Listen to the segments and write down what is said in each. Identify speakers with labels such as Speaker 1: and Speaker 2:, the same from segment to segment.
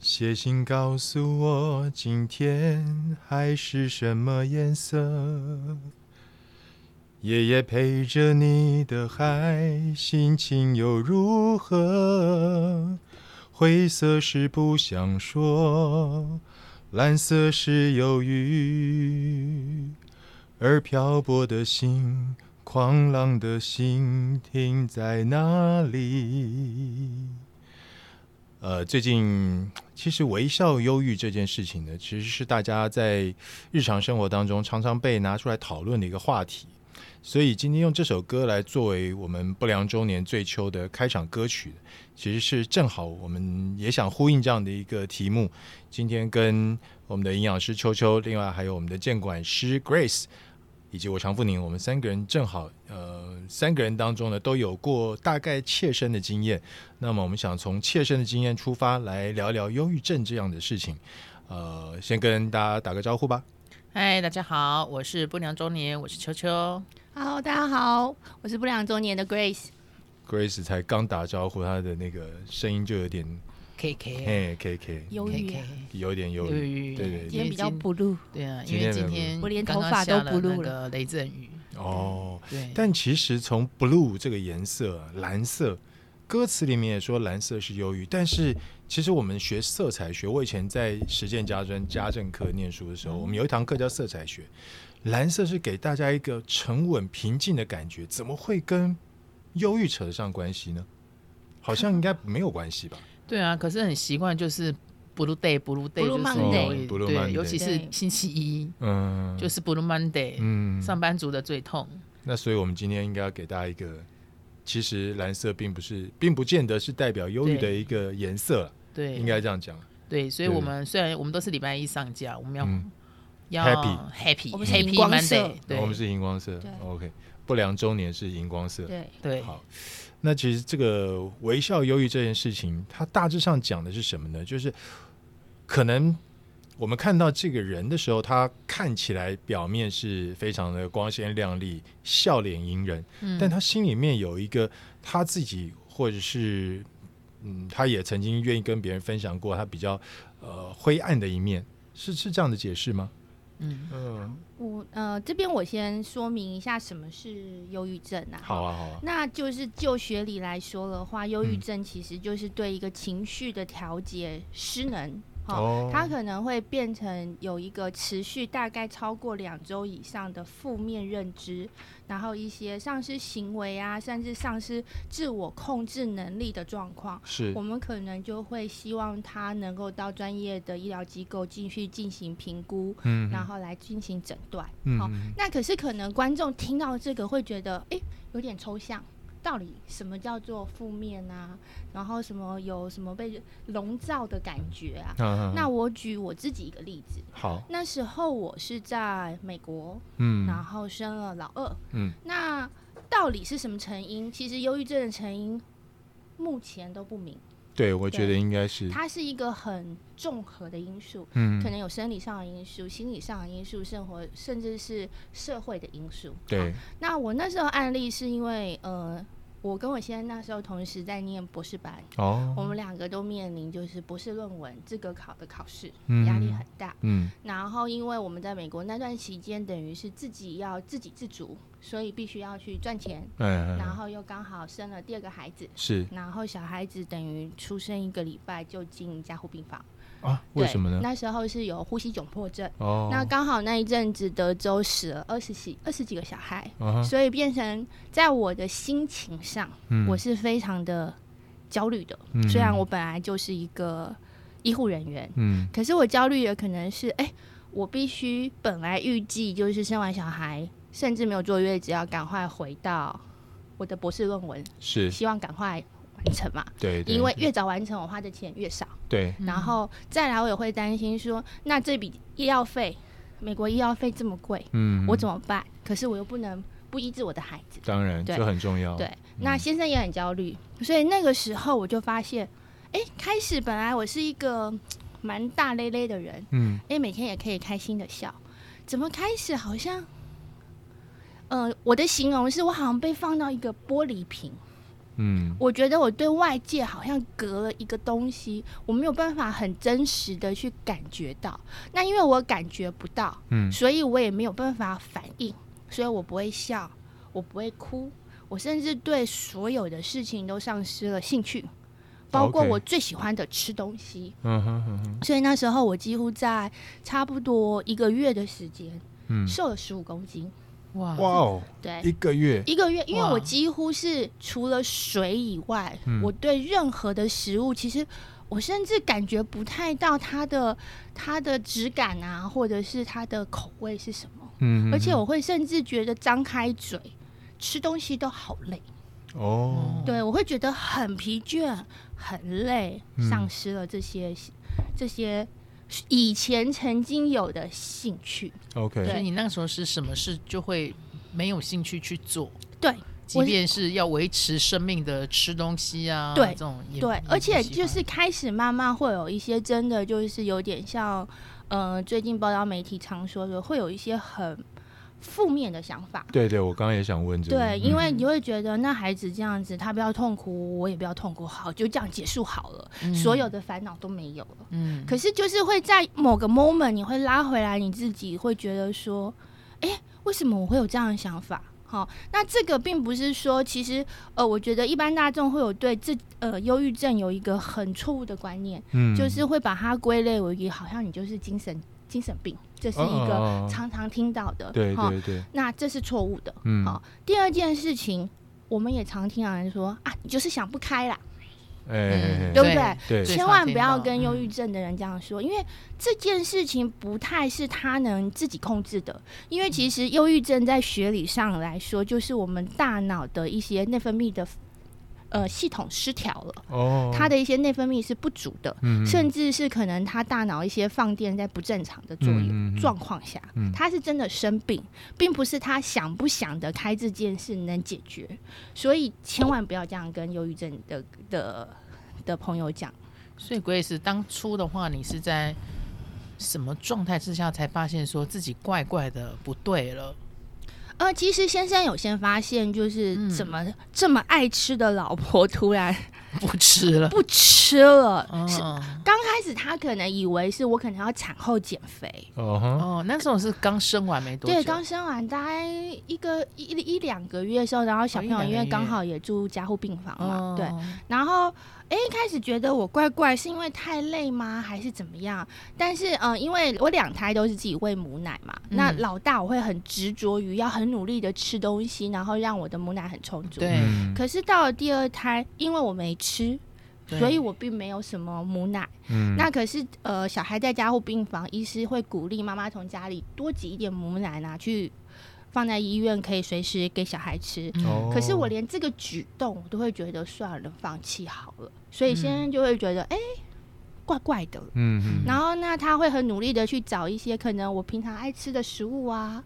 Speaker 1: 信告诉我今天海是什么颜色。夜夜陪着你的海，心情又如何？灰色是不想说，蓝色是忧郁，而漂泊的心，狂浪的心停在哪里？呃，最近其实微笑忧郁这件事情呢，其实是大家在日常生活当中常常被拿出来讨论的一个话题。所以今天用这首歌来作为我们不良周年最秋的开场歌曲，其实是正好我们也想呼应这样的一个题目。今天跟我们的营养师秋秋，另外还有我们的监管师 Grace，以及我常富宁，我们三个人正好，呃，三个人当中呢都有过大概切身的经验。那么我们想从切身的经验出发，来聊聊忧郁症这样的事情。呃，先跟大家打个招呼吧。
Speaker 2: 嗨，大家好，我是不良中年，我是秋秋。
Speaker 3: Hello，大家好，我是不良周年的 Grace。
Speaker 1: Grace 才刚打招呼，她的那个声音就有点
Speaker 2: K K
Speaker 1: 嘿 K K，
Speaker 3: 忧
Speaker 2: K
Speaker 3: 郁啊
Speaker 2: K，，
Speaker 1: 有点忧郁。
Speaker 2: 对
Speaker 1: 对对对
Speaker 3: 今天比较 blue，
Speaker 2: 对啊，
Speaker 1: 今
Speaker 2: 因
Speaker 1: 天
Speaker 2: 为今天
Speaker 3: 我连
Speaker 2: 刚刚
Speaker 3: 头发都
Speaker 2: 下了
Speaker 3: 不
Speaker 2: 那
Speaker 3: 录
Speaker 2: 个雷阵雨，
Speaker 1: 哦，
Speaker 2: 对，
Speaker 1: 但其实从 blue 这个颜色，蓝色，歌词里面也说蓝色是忧郁，但是其实我们学色彩学，我以前在实践家专家政课念书的时候，我们有一堂课叫色彩学，蓝色是给大家一个沉稳平静的感觉，怎么会跟忧郁扯得上关系呢？好像应该没有关系吧？
Speaker 2: 对啊，可是很习惯就是 Blue Day Blue Day
Speaker 3: Blue
Speaker 2: 就是
Speaker 3: Monday
Speaker 1: 哦，Blue
Speaker 2: 对，
Speaker 1: Monday
Speaker 2: 尤其是星期一
Speaker 1: 嗯，
Speaker 2: 就是 Blue Monday，
Speaker 1: 嗯
Speaker 2: 上班族的最痛。
Speaker 1: 那所以，我们今天应该要给大家一个，其实蓝色并不是，并不见得是代表忧郁的一个颜色啦，
Speaker 2: 对，
Speaker 1: 应该这样讲。
Speaker 2: 对，所以
Speaker 1: 对
Speaker 2: 我们虽然我们都是礼拜一上架，我们要
Speaker 1: 嗯
Speaker 2: 要
Speaker 1: Happy
Speaker 2: happy，
Speaker 3: 我们是
Speaker 2: Happy
Speaker 3: 荧光
Speaker 2: Monday，
Speaker 3: 色
Speaker 2: 对，
Speaker 1: 我们是荧光色
Speaker 3: 对
Speaker 1: ，OK，不良周年是荧光色。
Speaker 3: 对，
Speaker 2: 对
Speaker 1: 好，那其实这个微笑忧郁这件事情，它大致上讲的是什么呢？就是可能我们看到这个人的时候，他看起来表面是非常的光鲜亮丽、笑脸迎人，
Speaker 2: 嗯
Speaker 1: 但他心里面有一个他自己，或者是嗯，他也曾经愿意跟别人分享过他比较呃灰暗的一面，是是这样的解释吗？
Speaker 2: 嗯
Speaker 1: 嗯，
Speaker 3: 我呃这边我先说明一下什么是忧郁症啊。
Speaker 1: 好啊，好啊，
Speaker 3: 那就是就学理来说的话，忧郁
Speaker 1: 嗯
Speaker 3: 症其实就是对一个情绪的调节失能。哦
Speaker 1: 哦
Speaker 3: 它可能会变成有一个持续大概超过两周以上的负面认知，然后一些丧失行为啊，甚至丧失自我控制能力的状况。
Speaker 1: 是
Speaker 3: 我们可能就会希望他能够到专业的医疗机构继续进行评估，
Speaker 1: 嗯
Speaker 3: 然后来进行诊断。
Speaker 1: 嗯
Speaker 3: 好
Speaker 1: 嗯
Speaker 3: 那可是可能观众听到这个会觉得，诶，有点抽象。到底什么叫做负面啊？然后什么有什么被笼罩的感觉啊？
Speaker 1: 啊
Speaker 3: 那我举我自己一个例子，
Speaker 1: 好，
Speaker 3: 那时候我是在美国，
Speaker 1: 嗯
Speaker 3: 然后生了老二。
Speaker 1: 嗯，
Speaker 3: 那到底是什么成因？其实忧郁症的成因目前都不明，
Speaker 1: 对，我觉得应该是，
Speaker 3: 它是一个很综合的因素，
Speaker 1: 嗯
Speaker 3: 可能有生理上的因素、心理上的因素、生活甚至是社会的因素。
Speaker 1: 对，
Speaker 3: 那我那时候案例是因为呃。我跟我先生那时候同时在念博士班，我
Speaker 1: 哦，
Speaker 3: 们两个都面临就是博士论文这个考的考试
Speaker 1: 嗯
Speaker 3: 压力很大。
Speaker 1: 嗯
Speaker 3: 然后因为我们在美国那段期间，等于是自己要自给自足，所以必须要去赚钱。
Speaker 1: 嗯，
Speaker 3: 然后又刚好生了第二个孩子，
Speaker 1: 是
Speaker 3: 然后小孩子等于出生一个礼拜就进加护病房。
Speaker 1: 啊，为
Speaker 3: 对
Speaker 1: 什么呢？
Speaker 3: 那时候是有呼吸窘迫症，
Speaker 1: 哦，
Speaker 3: 那刚好那一阵子德州死了二十几二十几个小孩，
Speaker 1: 啊哈
Speaker 3: 所以变成在我的心情上，
Speaker 1: 嗯
Speaker 3: 我是非常的焦虑的。
Speaker 1: 嗯
Speaker 3: 虽然我本来就是一个医护人员，
Speaker 1: 嗯
Speaker 3: 可是我焦虑的可能是，哎、我必须本来预计就是生完小孩，甚至没有坐月子，要赶快回到我的博士论文，
Speaker 1: 是，
Speaker 3: 希望赶快完成嘛。
Speaker 1: 对，对
Speaker 3: 因为越早完成，我花的钱越少。
Speaker 1: 对，
Speaker 2: 嗯
Speaker 3: 然后再来，我也会担心说，那这笔医药费，美国医药费这么贵，
Speaker 1: 嗯，
Speaker 3: 我怎么办？可是我又不能不医治我的孩子。
Speaker 1: 当然
Speaker 3: 对
Speaker 1: 这很重要，
Speaker 3: 对，那先生也很焦虑，所以那个时候我就发现，哎、开始本来我是一个嗯蛮大咧咧的人，
Speaker 1: 嗯
Speaker 3: 哎，每天也可以开心的笑，怎么开始好像，呃，我的形容是我好像被放到一个玻璃瓶，
Speaker 1: 嗯
Speaker 3: 我觉得我对外界好像隔了一个东西，我没有办法很真实的去感觉到。那因为我感觉不到，
Speaker 1: 嗯
Speaker 3: 所以我也没有办法反应，所以我不会笑，我不会哭，我甚至对所有的事情都丧失了兴趣，包括
Speaker 1: OK
Speaker 3: 我最喜欢的吃东西。
Speaker 1: 嗯哼嗯哼
Speaker 3: 所以那时候我几乎在差不多一个月的时间
Speaker 1: 嗯，
Speaker 3: 瘦了十五公斤。
Speaker 2: 哇
Speaker 1: 哇哦，
Speaker 3: 对，
Speaker 1: 一个月，
Speaker 3: 一个月，因为
Speaker 2: 哇
Speaker 3: 我几乎是除了水以外，
Speaker 1: 嗯
Speaker 3: 我对任何的食物，其实我甚至感觉不太到它的它的质感啊，或者是它的口味是什么。
Speaker 1: 嗯，
Speaker 3: 而且我会甚至觉得张开嘴吃东西都好累，
Speaker 1: 哦，
Speaker 3: 对我会觉得很疲倦、很累，
Speaker 1: 嗯
Speaker 3: 丧失了这些这些以前曾经有的兴趣。
Speaker 1: OK，
Speaker 2: 所以你那个时候是什么事就会没有兴趣去做，
Speaker 3: 对，
Speaker 2: 即
Speaker 3: 我是
Speaker 2: 便是要维持生命的吃东西啊，
Speaker 3: 对
Speaker 2: 这种也
Speaker 3: 对
Speaker 2: 也，不
Speaker 3: 而且
Speaker 2: 喜
Speaker 3: 就
Speaker 2: 欢
Speaker 3: 是开始慢慢会有一些真的就是有点像，呃，最近报道媒体常说的，会有一些很负面的想法。
Speaker 1: 对对，我刚刚也想问这个，
Speaker 3: 对，
Speaker 1: 嗯
Speaker 3: 因为你会觉得那孩子这样子，他不要痛苦，我也不要痛苦，好，就这样结束好了，所有的烦恼都没有了。
Speaker 2: 嗯，
Speaker 3: 可是就是会在某个 moment，你会拉回来，你自己会觉得说，哎、为什么我会有这样的想法？好、那这个并不是说，其实呃，我觉得一般大众会有对这呃忧郁症有一个很错误的观念，
Speaker 1: 嗯
Speaker 3: 就是会把它归类为一好像你就是精神精神病，这是一个
Speaker 1: 个
Speaker 3: 常常听到的，
Speaker 1: 哦对
Speaker 3: 哈
Speaker 1: 对对，
Speaker 3: 那这是错误的。
Speaker 1: 嗯，
Speaker 3: 好第二件事情，我们也常听到人说啊，你就是想不开啦，
Speaker 1: 哎，
Speaker 3: 对不嗯对
Speaker 1: 对
Speaker 2: 最
Speaker 3: 千
Speaker 2: 常
Speaker 3: 万
Speaker 2: 听
Speaker 3: 不要
Speaker 2: 到
Speaker 3: 跟忧郁
Speaker 2: 嗯
Speaker 3: 症的人这样说，因为这件事情不太是他能自己控制的。因为其实忧郁症在学理上来说，就是我们大脑的一些内分泌的呃系统失调了，
Speaker 1: 哦，
Speaker 3: 它的一些内分泌是不足的，
Speaker 1: 嗯
Speaker 3: 甚至是可能他大脑一些放电在不正常的作用。
Speaker 1: 嗯嗯嗯
Speaker 3: 状况下
Speaker 1: 嗯，
Speaker 3: 他是真的生病，并不是他想不想得开这件事能解决，所以千万不要这样跟忧郁症的的的朋友讲。
Speaker 2: 所以 Grace 当初的话，你是在什么状态之下才发现说自己怪怪的不对了？
Speaker 3: 呃，其实先生有先发现，就是
Speaker 2: 嗯
Speaker 3: 怎么这么爱吃的老婆突然
Speaker 2: 不吃了，
Speaker 3: 不吃了。是
Speaker 2: 嗯
Speaker 3: 刚开始他可能以为是我可能要产后减肥，
Speaker 1: 哦哈，
Speaker 2: 哦，那时候是刚生完没多久，
Speaker 3: 对，刚生完大概一个一一两个月的时候，然后小
Speaker 2: 哦一
Speaker 3: 朋友
Speaker 2: 两
Speaker 3: 因
Speaker 2: 个
Speaker 3: 为刚
Speaker 2: 月
Speaker 3: 好也住加护病房嘛，
Speaker 2: 哦
Speaker 3: 对，，然后，哎，一开始觉得我怪怪，是因为太累吗，还是怎么样？但是，嗯、因为我两胎都是自己喂母奶嘛，
Speaker 2: 嗯
Speaker 3: 那老大我会很执着于要很努力的吃东西，然后让我的母奶很充足。
Speaker 2: 对
Speaker 1: 嗯
Speaker 3: 可是到了第二胎，因为我没吃，
Speaker 2: 对
Speaker 3: 所以我并没有什么母奶。
Speaker 1: 嗯
Speaker 3: 那可是呃，小孩在家护病房，医师会鼓励妈妈从家里多挤一点母奶拿去放在医院，可以随时给小孩吃。
Speaker 2: 嗯
Speaker 1: 哦
Speaker 3: 可是我连这个举动我都会觉得算了，放弃好了。所以先生就会觉得，哎、怪怪的。
Speaker 1: 嗯嗯
Speaker 3: 然后那他会很努力的去找一些可能我平常爱吃的食物啊，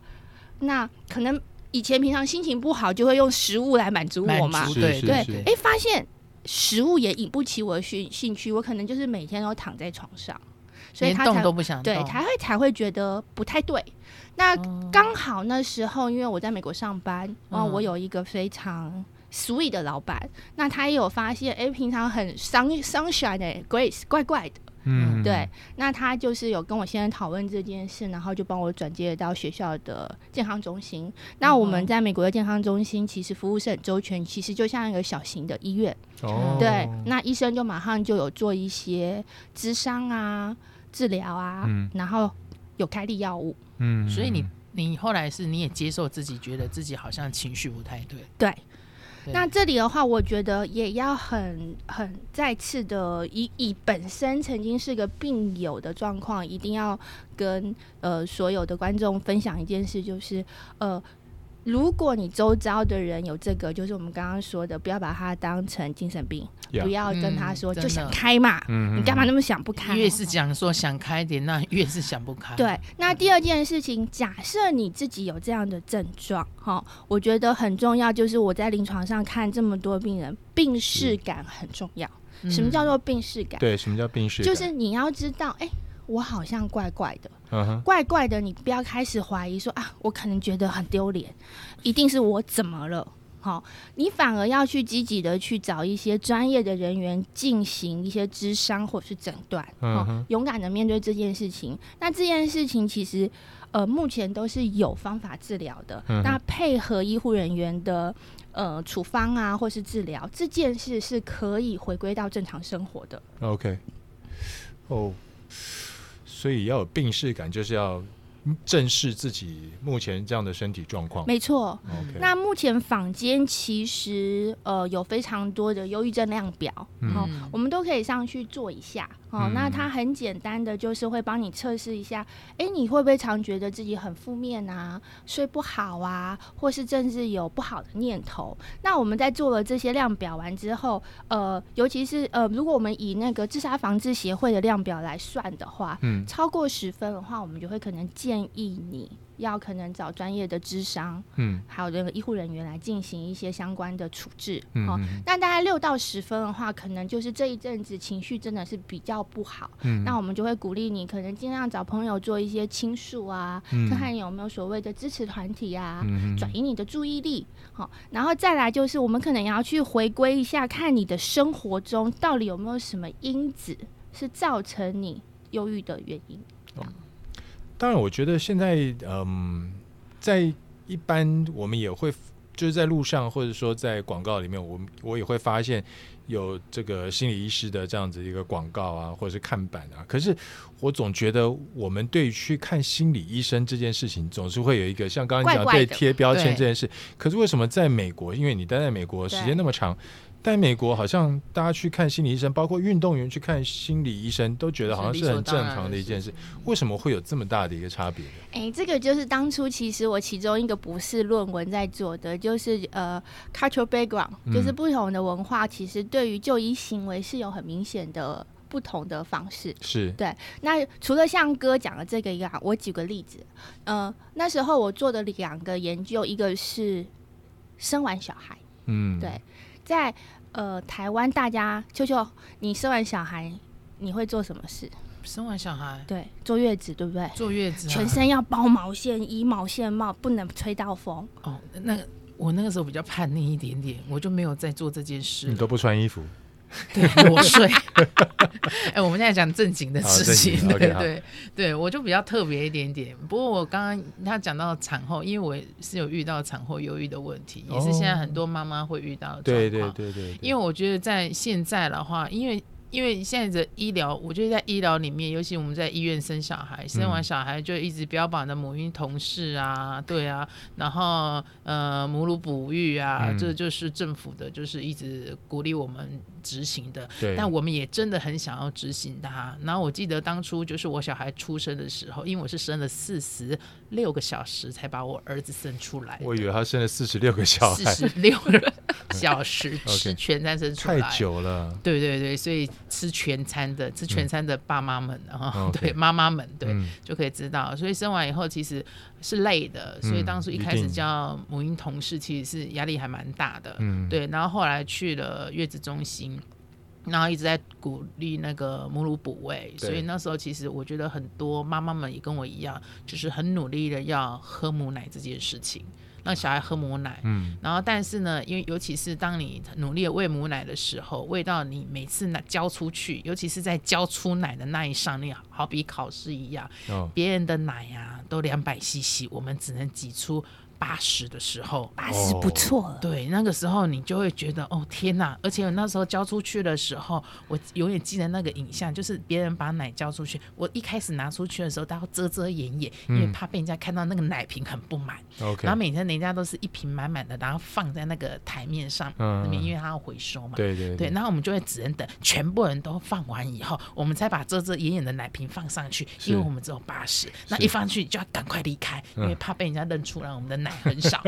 Speaker 3: 那可能以前平常心情不好就会用食物来满足
Speaker 2: 满
Speaker 3: 我嘛
Speaker 2: 足，
Speaker 1: 是
Speaker 2: 对
Speaker 1: 是
Speaker 3: 对
Speaker 1: 是，
Speaker 3: 哎，发现食物也引不起我的兴兴趣，我可能就是每天都躺在床上，所以
Speaker 2: 连
Speaker 3: 他
Speaker 2: 动
Speaker 3: 才
Speaker 2: 都不想
Speaker 3: 对
Speaker 2: 动
Speaker 3: 才会才会觉得不太对。那
Speaker 2: 哦
Speaker 3: 刚好那时候，因为我在美国上班，然后
Speaker 2: 嗯
Speaker 3: 我有一个非常 sweet 的老板，那他也有发现，哎，平常很 sun sunshine 的 Grace 怪怪的，
Speaker 1: 嗯
Speaker 3: 对，，那他就是有跟我先生讨论这件事，然后就帮我转接到学校的健康中心。那
Speaker 2: 嗯
Speaker 3: 我
Speaker 2: 哼
Speaker 3: 们在美国的健康中心其实服务是很周全，其实就像一个小型的医院，
Speaker 1: 哦，
Speaker 3: 对，那医生就马上就有做一些咨商啊、治疗啊，
Speaker 1: 嗯
Speaker 3: 然后有开立药物。
Speaker 1: 嗯，
Speaker 2: 所以你你后来是你也接受自己，觉得自己好像情绪不太对，
Speaker 3: 对，
Speaker 2: 对
Speaker 3: 那这里的话，我觉得也要很很再次的以以本身曾经是个病友的状况，一定要跟呃所有的观众分享一件事，就是呃。如果你周遭的人有这个，就是我们刚刚说的，不要把它当成精神病
Speaker 1: Yeah
Speaker 3: 不要跟他
Speaker 2: 嗯
Speaker 3: 说、
Speaker 2: 真
Speaker 3: 就
Speaker 2: 的
Speaker 3: 想开嘛，
Speaker 1: 嗯
Speaker 3: 你干嘛那么想不开？啊
Speaker 2: 越是讲说想开点，那越是想不开，
Speaker 3: 对，那第二件事情，假设你自己有这样的症状，哈、我觉得很重要，就是我在临床上看这么多病人，病视感很重要。
Speaker 2: 嗯，
Speaker 3: 什么叫做病视感？
Speaker 1: 嗯对什么叫病逝感？
Speaker 3: 就是你要知道，哎、我好像怪怪的，
Speaker 1: 嗯哼
Speaker 3: 怪怪的，你不要开始怀疑说啊，我可能觉得很丢脸，一定是我怎么了。好、你反而要去积极的去找一些专业的人员进行一些咨商或是诊断，
Speaker 1: 嗯
Speaker 3: 好
Speaker 1: 哼
Speaker 3: 勇敢的面对这件事情。那这件事情其实，呃，目前都是有方法治疗的，
Speaker 1: 嗯哼
Speaker 3: 那配合医护人员的呃处方啊，或是治疗，这件事是可以回归到正常生活的。
Speaker 1: OK，哦，所以要有病视感，就是要正视自己目前这样的身体状况。
Speaker 3: 没错，
Speaker 1: OK，
Speaker 3: 那目前坊间其实呃有非常多的忧郁症量表，
Speaker 1: 嗯
Speaker 3: 哦，
Speaker 2: 嗯
Speaker 3: 我们都可以上去做一下哦。
Speaker 1: 嗯
Speaker 3: 那它很简单的，就是会帮你测试一下，诶，你会不会常觉得自己很负面啊，睡不好啊，或是甚至有不好的念头？那我们在做了这些量表完之后，呃，尤其是呃，如果我们以那个自杀防治协会的量表来算的话，
Speaker 1: 嗯
Speaker 3: 超过十分的话，我们就会可能建议你要可能找专业的智商。
Speaker 1: 嗯
Speaker 3: 还有那个医护人员来进行一些相关的处置。
Speaker 1: 嗯
Speaker 3: 哦，
Speaker 1: 嗯
Speaker 3: 那大概六到十分的话，可能就是这一阵子情绪真的是比较不好，
Speaker 1: 嗯，
Speaker 3: 那我们就会鼓励你，可能尽量找朋友做一些倾诉啊，
Speaker 1: 嗯
Speaker 3: 看看有没有所谓的支持团体啊。
Speaker 1: 嗯
Speaker 3: 转移你的注意力，好、然后再来就是我们可能要去回归一下，看你的生活中到底有没有什么因子是造成你忧郁的原因。
Speaker 1: 当然，我觉得现在嗯，在一般我们也会就是在路上或者说在广告里面，我们我也会发现有这个心理医师的这样子一个广告啊，或者是看板啊。可是我总觉得我们对于去看心理医生这件事情，总是会有一个像刚刚你讲
Speaker 3: 怪怪
Speaker 1: 对
Speaker 3: 的
Speaker 1: 贴标签
Speaker 2: 对
Speaker 1: 这件事。可是为什么在美国？因为你待在美国时间那么长。在美国，好像大家去看心理医生，包括运动员去看心理医生，都觉得好像是很正常的一件事。。为什么会有这么大的一个差别呢？
Speaker 3: 诶，这个就是当初其实我其中一个博士论文在做的，就是呃，cultural background，、
Speaker 1: 嗯
Speaker 3: 就是不同的文化其实对于就医行为是有很明显的不同的方式。
Speaker 1: 是，
Speaker 3: 那除了像哥讲的这个以外，我举个例子，呃，那时候我做的两个研究，一个是生完小孩，
Speaker 1: 嗯，
Speaker 3: 对，在呃台湾大家，秋秋，你生完小孩你会做什么事？
Speaker 2: 生完小孩
Speaker 3: 对，坐月子，对不对？
Speaker 2: 坐月子啊，
Speaker 3: 全身要包毛线衣、毛线帽，不能吹到风。
Speaker 2: 哦，那个我那个时候比较叛逆一点点，我就没有在做这件事
Speaker 1: 你。都不穿衣服，
Speaker 2: 对，裸睡。 哎、我们现在讲正经的
Speaker 1: 好
Speaker 2: 事
Speaker 1: 正
Speaker 2: 情，
Speaker 1: 经
Speaker 2: 对
Speaker 1: OK，
Speaker 2: 对
Speaker 1: 好
Speaker 2: 对我就比较特别一点点。不过我刚刚他讲到产后，因为我也是有遇到产后忧郁的问题，也是现在很多妈妈会遇到的状况。
Speaker 1: 哦对对对对，
Speaker 2: 因为我觉得在现在的话，因为因为现在的医疗，我觉得在医疗里面，尤其我们在医院生小孩，生
Speaker 1: 嗯
Speaker 2: 完小孩就一直标榜的母婴同事啊，对啊，然后呃母乳哺育啊，
Speaker 1: 嗯
Speaker 2: 这就是政府的，就是一直鼓励我们执行的。
Speaker 1: 对，
Speaker 2: 但我们也真的很想要执行它。然后我记得当初就是我小孩出生的时候，因为我是生了四十六个小时才把我儿子生出来的，
Speaker 1: 我以为他生了四十六个小
Speaker 2: 四
Speaker 1: 孩，
Speaker 2: 十六个小时 吃全餐生出
Speaker 1: 太
Speaker 2: 来。
Speaker 1: 久了，
Speaker 2: 对对对，所以吃全餐的，吃全餐的爸妈们啊，
Speaker 1: 嗯 OK
Speaker 2: 对妈妈们，对、
Speaker 1: 嗯
Speaker 2: 就可以知道，所以生完以后其实是累的，所以
Speaker 1: 嗯
Speaker 2: 当初一
Speaker 1: 一
Speaker 2: 开始
Speaker 1: 定
Speaker 2: 叫母婴同事，其实是压力还蛮大的，
Speaker 1: 嗯，
Speaker 2: 对，然后后来去了月子中心，然后一直在鼓励那个母乳哺喂，所以
Speaker 1: 对
Speaker 2: 那时候其实我觉得很多妈妈们也跟我一样，就是很努力的要喝母奶这件事情，让小孩喝母奶。
Speaker 1: 嗯，
Speaker 2: 然后，但是呢，因为尤其是当你努力的喂母奶的时候，喂到你每次奶交出去，尤其是在交出奶的那一上，你好比考试一样，
Speaker 1: 哦，
Speaker 2: 别人的奶啊都两百 CC，我们只能挤出八十的时候，
Speaker 3: 八十啊不错了，
Speaker 2: 对，那个时候你就会觉得哦天哪！而且我那时候交出去的时候，我永远记得那个影像，就是别人把奶交出去，我一开始拿出去的时候，大家遮遮掩掩，因为
Speaker 1: 嗯哦
Speaker 2: 怕被人家看到那个奶瓶很不满。
Speaker 1: OK，
Speaker 2: 然后每天人家都是一瓶满满的，然后放在那个台面上
Speaker 1: 嗯
Speaker 2: 那边，因为它要回收嘛。
Speaker 1: 对对
Speaker 2: 对，，然后我们就会只能等全部人都放完以后，我们才把遮遮掩掩的奶瓶放上去，
Speaker 1: 是
Speaker 2: 因为我们只有八十，那一放上去就要赶快离开，因为
Speaker 1: 嗯
Speaker 2: 怕被人家认出来我们的奶很少。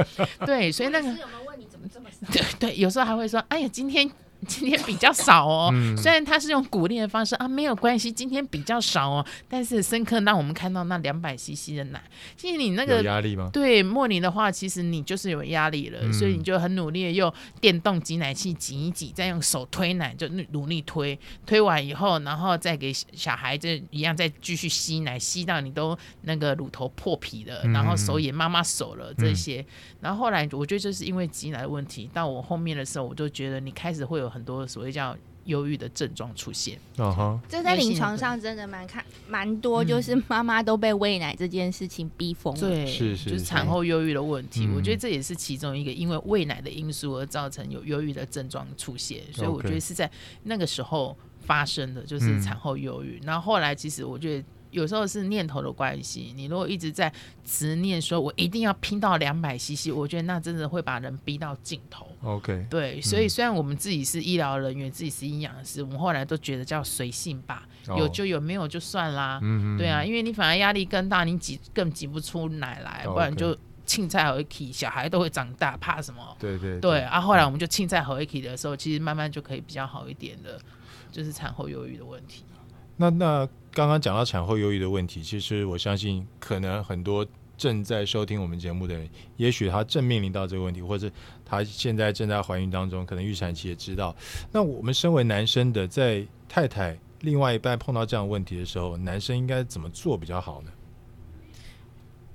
Speaker 2: 对，所以那个
Speaker 3: 有没有问你怎么这么少？
Speaker 2: 对对，有时候还会说，哎呀，今天今天比较少哦。
Speaker 1: 嗯
Speaker 2: 虽然他是用鼓励的方式啊，没有关系，今天比较少哦，但是深刻让我们看到那两百 CC 的奶。其实你那
Speaker 1: 有
Speaker 2: 个
Speaker 1: 压力吗？
Speaker 2: 对莫尼的话，其实你就是有压力了，
Speaker 1: 嗯
Speaker 2: 所以你就很努力的用电动挤奶器挤一挤，再用手推奶，就努努力推，推完以后，然后再给小小孩子一样再继续吸奶，吸到你都那个乳头破皮了，
Speaker 1: 嗯
Speaker 2: 然后手也妈妈手了这
Speaker 1: 嗯
Speaker 2: 些。然后后来我觉得就是因为挤奶的问题，到我后面的时候，我就觉得你开始会有很多所谓叫忧郁的症状出现。
Speaker 1: 啊哈，
Speaker 3: 这在
Speaker 2: 内心
Speaker 3: 临
Speaker 2: 的
Speaker 3: 床
Speaker 2: 部
Speaker 3: 上真的蛮看蛮多，
Speaker 2: 嗯
Speaker 3: 就是妈妈都被喂奶这件事情逼疯了。
Speaker 2: 对，
Speaker 1: 是是
Speaker 2: 就是
Speaker 1: 是
Speaker 2: 产后忧郁的问题。
Speaker 1: 嗯
Speaker 2: 我觉得这也是其中一个因为喂奶的因素而造成有忧郁的症状出现，所以我
Speaker 1: OK 嗯
Speaker 2: 觉得是在那个时候发生的，就是产后忧郁。然后后来其实我觉得。有时候是念头的关系，你如果一直在执念说“我一定要拼到两百 CC”，我觉得那真的会把人逼到尽头。
Speaker 1: ，OK，
Speaker 2: 对，所
Speaker 1: 嗯
Speaker 2: 以虽然我们自己是医疗人员，自己是营养师，我们后来都觉得叫随性吧，
Speaker 1: 哦
Speaker 2: 有就有，没有就算啦。
Speaker 1: 嗯
Speaker 2: 对啊，，因为你反而压力更大，你挤更挤不出奶来，
Speaker 1: 哦
Speaker 2: 不然
Speaker 1: OK
Speaker 2: 就青菜和一起，小孩都会长大，怕什么？
Speaker 1: 对对
Speaker 2: 对啊，后来我们就青菜和一起的时候，其实慢慢就可以比较好一点的，就是产后忧郁的问题。
Speaker 1: 那那刚刚讲到产后忧郁的问题，其实我相信可能很多正在收听我们节目的人，也许他正面临到这个问题，或者他现在正在怀孕当中，可能预产期也知道。那我们身为男生的，在太太另外一半碰到这样的问题的时候，男生应该怎么做比较好呢？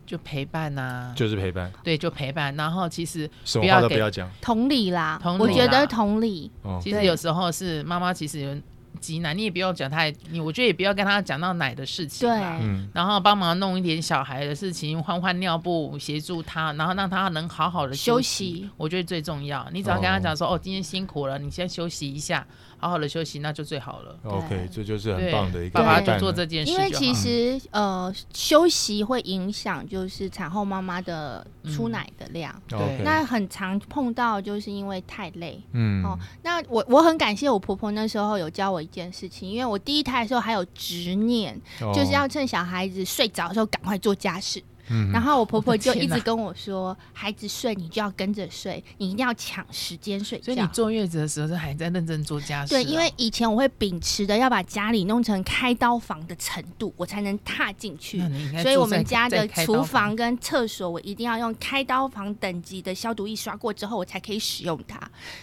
Speaker 2: 就陪伴呐、
Speaker 1: 就是陪伴，
Speaker 2: 对，就陪伴。然后其实
Speaker 1: 什么话都
Speaker 2: 不要给
Speaker 1: 不要讲
Speaker 3: 同理啦，
Speaker 2: 同理啦
Speaker 3: 我觉得同理，
Speaker 1: 哦。
Speaker 2: 其实
Speaker 3: 对
Speaker 2: 有时候是妈妈，其实有挤奶，你也不要讲太，你我觉得也不要跟她讲到奶的事情
Speaker 3: 对，
Speaker 2: 啦。
Speaker 1: 嗯，
Speaker 2: 然后帮忙弄一点小孩的事情，换换尿布，协助他，然后让他能好好的
Speaker 3: 休
Speaker 2: 息。
Speaker 3: 息
Speaker 2: 我觉得最重要，你只要跟他
Speaker 1: 哦
Speaker 2: 讲说：“哦今天辛苦了，你先休息一下，好好的休息，那就最好了。
Speaker 1: OK，
Speaker 3: 对
Speaker 1: 这就是
Speaker 2: 嗯对
Speaker 1: 很，棒的一个
Speaker 2: 爸爸
Speaker 1: 陪
Speaker 3: 对
Speaker 2: 就
Speaker 1: 伴
Speaker 2: 做
Speaker 1: 了。
Speaker 2: 这件事
Speaker 3: 因
Speaker 2: 就好。
Speaker 3: 为其实
Speaker 2: 嗯
Speaker 3: 呃，休息会影响就是产后妈妈的出奶的量。
Speaker 2: 对
Speaker 1: OK，
Speaker 3: 那很常碰到，就是因为太累
Speaker 1: 嗯
Speaker 3: 哦。那我我很感谢我婆婆那时候有教我一件事情，因为我第一胎的时候还有执念，
Speaker 1: 哦
Speaker 3: 就是要趁小孩子睡着的时候赶快做家事。
Speaker 1: 嗯
Speaker 3: 然后我婆
Speaker 2: 我
Speaker 3: 婆
Speaker 2: 的
Speaker 3: 就
Speaker 2: 天
Speaker 3: 一直
Speaker 2: 哪
Speaker 3: 跟我说，孩子睡你就要跟着睡，你一定要抢时间睡
Speaker 2: 所以你
Speaker 3: 觉。
Speaker 2: 坐月子的时候还在认真做家事、啊
Speaker 3: 对，因为以前我会秉持的要把家里弄成开刀房的程度，我才能踏进去
Speaker 2: 那。你应该
Speaker 3: 所以我
Speaker 2: 坐在
Speaker 3: 们家的
Speaker 2: 在开刀
Speaker 3: 厨房跟厕所，我一定要用开刀房等级的消毒液刷过之后，我才可以使用它。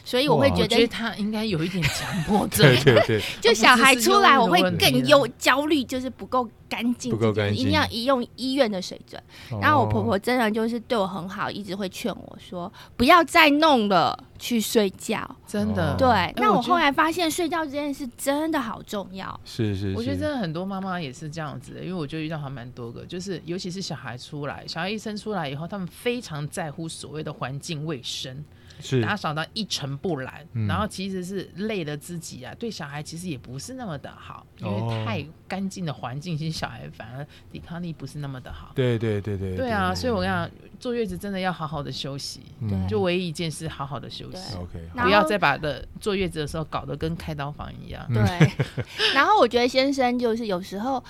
Speaker 3: 所以我会
Speaker 1: 哇
Speaker 3: 觉
Speaker 2: 我
Speaker 3: 得
Speaker 2: 觉得他应该有一点强迫症
Speaker 1: 对。对对，
Speaker 3: 就小孩出来，我会
Speaker 2: 这不只是忧郁的问题
Speaker 3: 更
Speaker 2: 啊
Speaker 3: 忧焦虑，就是不够干净，
Speaker 1: 不够干净
Speaker 3: 一定要一用医院的水准。
Speaker 1: 哦
Speaker 3: 然后我婆婆真的就是对我很好，一直会劝我说不要再弄了，去睡觉。
Speaker 2: 真的
Speaker 1: 哦。
Speaker 3: 对，
Speaker 1: 哎
Speaker 3: 那
Speaker 2: 我
Speaker 3: 我
Speaker 2: 觉
Speaker 3: 后
Speaker 2: 得
Speaker 3: 来发现睡觉这件事真的好重要。
Speaker 1: 是是，
Speaker 2: 我觉得
Speaker 1: 是
Speaker 2: 真的很多妈妈也是这样子的，因为我就遇到还蛮多个，就是尤其是小孩出来，小孩一生出来以后，他们非常在乎所谓的环境卫生。
Speaker 1: 是
Speaker 2: 打扫到一尘不染，
Speaker 1: 嗯
Speaker 2: 然后其实是累了自己啊，对小孩其实也不是那么的好，因
Speaker 1: 哦
Speaker 2: 为太干净的环境，其实小孩反而抵抗力不是那么的好。
Speaker 1: 对对对对
Speaker 2: 对啊，所以我跟你讲，坐月子真的要好好的休息，
Speaker 1: 嗯哦
Speaker 2: 就唯一一件事，好好的休息
Speaker 3: 对，
Speaker 1: OK，
Speaker 3: 那
Speaker 1: 好
Speaker 2: 不
Speaker 3: 然
Speaker 2: 要
Speaker 3: 后
Speaker 2: 再把的坐月子的时候搞得跟开刀房一样。
Speaker 1: 嗯
Speaker 3: 对，然后我觉得先生就是有时候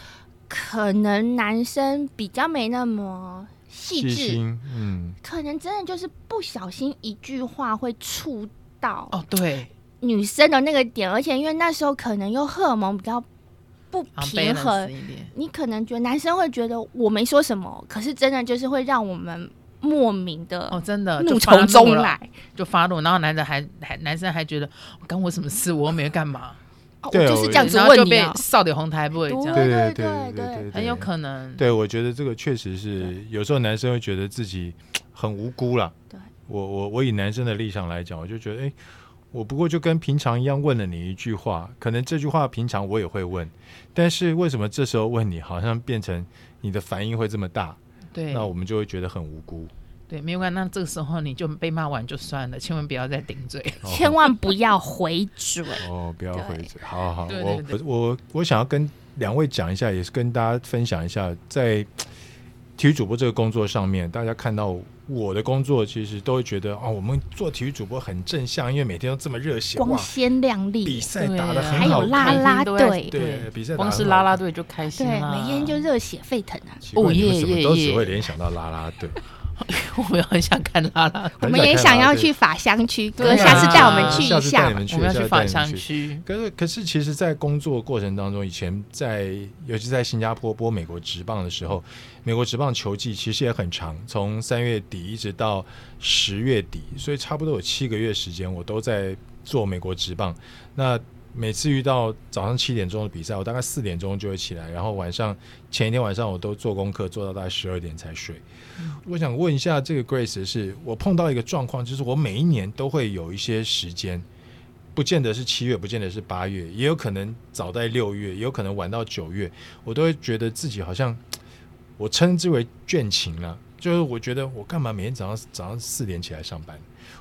Speaker 3: 可能男生比较没那么细
Speaker 1: 细
Speaker 3: 致，
Speaker 1: 心，嗯，
Speaker 3: 可能真的就是不小心一句话会触到
Speaker 2: 哦，对，
Speaker 3: 女生的那个点，而且因为那时候可能又荷尔蒙比较不
Speaker 2: 好
Speaker 3: 平衡
Speaker 2: balance，一点，
Speaker 3: 你可能觉得男生会觉得我没说什么，可是真的就是会让我们莫名
Speaker 2: 哦，
Speaker 3: 的
Speaker 2: 真的
Speaker 3: 怒从中，
Speaker 2: 就发怒了
Speaker 3: 来。
Speaker 2: 就发怒，然后男的还还男生还觉得哦干我什么事，我又没干嘛，
Speaker 3: 哦我
Speaker 1: 对
Speaker 3: 就
Speaker 1: 我
Speaker 3: 是这样子
Speaker 2: 然后就
Speaker 3: 问你
Speaker 2: 被
Speaker 3: 啊，
Speaker 2: 少点红台不会这
Speaker 1: 对
Speaker 2: 样，
Speaker 3: 对
Speaker 1: 对
Speaker 3: 对对
Speaker 1: 对，
Speaker 2: 很有可能。
Speaker 1: 对，我觉得这个确实是，有时候男生会觉得自己很无辜啦。
Speaker 3: 对，
Speaker 1: 我我我以男生的立场来讲，我就觉得，哎，我不过就跟平常一样问了你一句话，可能这句话平常我也会问，但是为什么这时候问你，好像变成你的反应会这么大？
Speaker 2: 对，
Speaker 1: 那我们就会觉得很无辜。
Speaker 2: 对，没有关系。那这个时候你就被骂完就算了，千万不要再顶 嘴。
Speaker 1: 哦
Speaker 3: 千万不要回 嘴。
Speaker 1: 哦，不要
Speaker 3: 对
Speaker 1: 回嘴，好好好，
Speaker 2: 对
Speaker 1: 我
Speaker 2: 对对
Speaker 1: 我我我想要跟两位讲一下，也是跟大家分享一下，在体育主播这个工作上面，大家看到我的工作，其实都会觉得哦，我们做体育主播很正向，因为每天都这么热血，
Speaker 3: 光
Speaker 1: 哇，
Speaker 3: 鲜亮
Speaker 1: 比
Speaker 3: 丽，
Speaker 1: 赛
Speaker 2: 对
Speaker 1: 打
Speaker 2: 啊
Speaker 1: 得
Speaker 3: 还
Speaker 1: 很
Speaker 3: 有
Speaker 1: 好
Speaker 3: 啦
Speaker 1: 看，
Speaker 3: 啦
Speaker 2: 肯定都
Speaker 3: 队
Speaker 2: 在
Speaker 1: 对，比赛打
Speaker 2: 啊光
Speaker 1: 得
Speaker 2: 是
Speaker 1: 很
Speaker 2: 啦
Speaker 1: 好
Speaker 2: 啦
Speaker 1: 看。
Speaker 2: 队就开心
Speaker 3: 对，
Speaker 2: 啦，
Speaker 3: 每天就热血沸腾啊！
Speaker 1: 奇怪
Speaker 2: 哦
Speaker 1: 你们
Speaker 2: 耶
Speaker 1: 怎么
Speaker 2: 耶
Speaker 1: 都
Speaker 2: 耶
Speaker 1: 只会联想到啦啦队？
Speaker 2: 我们很想看拉拉，
Speaker 3: 我们也想要去法香区，哥啊
Speaker 2: 啊
Speaker 3: 下次带我们去
Speaker 1: 啊下
Speaker 3: 一
Speaker 1: 次带
Speaker 3: 下
Speaker 1: 你
Speaker 3: 嘛。
Speaker 1: 们去，
Speaker 2: 我们要
Speaker 1: 下
Speaker 2: 去
Speaker 1: 次带你
Speaker 2: 法
Speaker 1: 们
Speaker 2: 香
Speaker 1: 去。
Speaker 2: 区。
Speaker 1: 可是，可是，其实，在工作过程当中，以前在，尤其在新加坡播美国职棒的时候，美国职棒球季其实也很长，从三月底一直到十月底，所以差不多有七个月时间，我都在做美国职棒。那每次遇到早上七点钟的比赛，我大概四点钟就会起来，然后晚上前一天晚上我都做功课，做到大概十二点才睡。我想问一下，这个 Grace 的是我碰到一个状况，就是我每一年都会有一些时间，不见得是七月，不见得是八月，也有可能早在六月，也有可能晚到九月，我都会觉得自己好像我称之为倦勤了、就是我觉得我干嘛每天早上早上四点起来上班，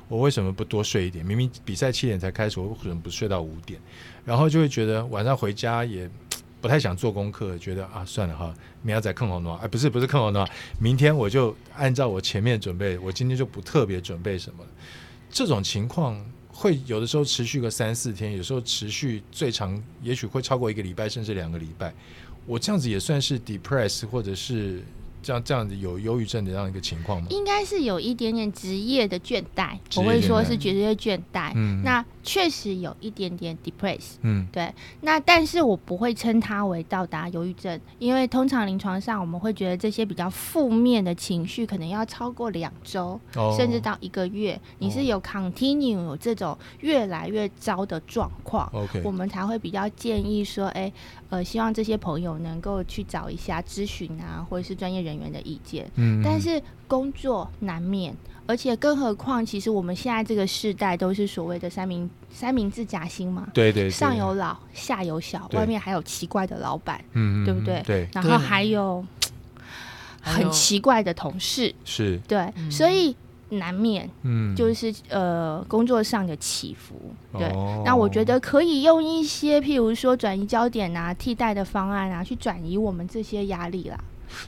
Speaker 1: 我为什么不多睡一点？明明比赛七点才开始，我为什么不睡到五点？然后就会觉得晚上回家也不太想做功课，觉得啊算了哈，明天再看红暖，哎不是不是看红暖，明天我就按照我前面准备，我今天就不特别准备什么了。这种情况会有的时候持续个三四天，有时候持续最长也许会超过一个礼拜，甚至两个礼拜。我这样子也算是 depress 或者是这样这样子有忧郁症的这样一个情况吗？
Speaker 3: 应该是有一点点职业的倦怠，
Speaker 1: 职
Speaker 3: 我
Speaker 1: 业
Speaker 3: 会
Speaker 1: 倦
Speaker 3: 说
Speaker 1: 怠
Speaker 3: 是职业倦怠。
Speaker 1: 嗯
Speaker 3: 那确实有一点点 depress，
Speaker 1: 嗯
Speaker 3: 对。那但是我不会称它为到达忧郁症，因为通常临床上我们会觉得这些比较负面的情绪可能要超过两周，
Speaker 1: 哦，
Speaker 3: 甚至到一个月，你
Speaker 1: 哦
Speaker 3: 是有 continue 有这种越来越糟的状况。
Speaker 1: OK
Speaker 3: 我们才会比较建议说，哎、呃，希望这些朋友能够去找一下咨询啊，或者是专业人员的意见。
Speaker 1: 嗯，
Speaker 3: 但是工作难免，而且更何况，其实我们现在这个世代都是所谓的三明三明治夹心嘛，
Speaker 1: 对对对
Speaker 3: 上有老，下有小，
Speaker 1: 对
Speaker 3: 外面还有奇怪的老板，
Speaker 1: 嗯嗯
Speaker 3: 对不
Speaker 1: 嗯
Speaker 3: 对
Speaker 1: 对
Speaker 3: 然后
Speaker 2: 对
Speaker 3: 还有
Speaker 2: 还有
Speaker 3: 很奇怪的同事，
Speaker 1: 是
Speaker 3: 对，
Speaker 2: 嗯
Speaker 3: 所以难免
Speaker 1: 嗯
Speaker 3: 就是呃工作上的起伏，对。
Speaker 1: 哦
Speaker 3: 那我觉得可以用一些，譬如说转移焦点啊、替代的方案啊，去转移我们这些压力啦。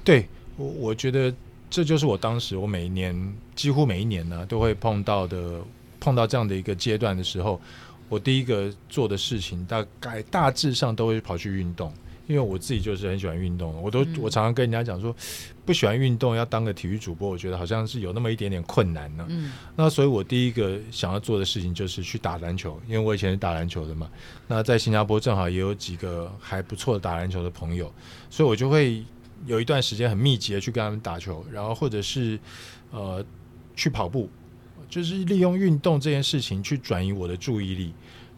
Speaker 1: 对我，我觉得这就是我当时我每一年几乎每一年呢、都会碰到的，碰到这样的一个阶段的时候，我第一个做的事情大概大致上都会跑去运动，因为我自己就是很喜欢运动，我都、
Speaker 2: 嗯
Speaker 1: 我常常跟人家讲说，不喜欢运动要当个体育主播，我觉得好像是有那么一点点困难呢、
Speaker 2: 嗯，
Speaker 1: 那所以，我第一个想要做的事情就是去打篮球，因为我以前是打篮球的嘛。那在新加坡正好也有几个还不错的打篮球的朋友，所以我就会有一段时间很密集的去跟他们打球，然后或者是呃去跑步，就是利用运动这件事情去转移我的注意力，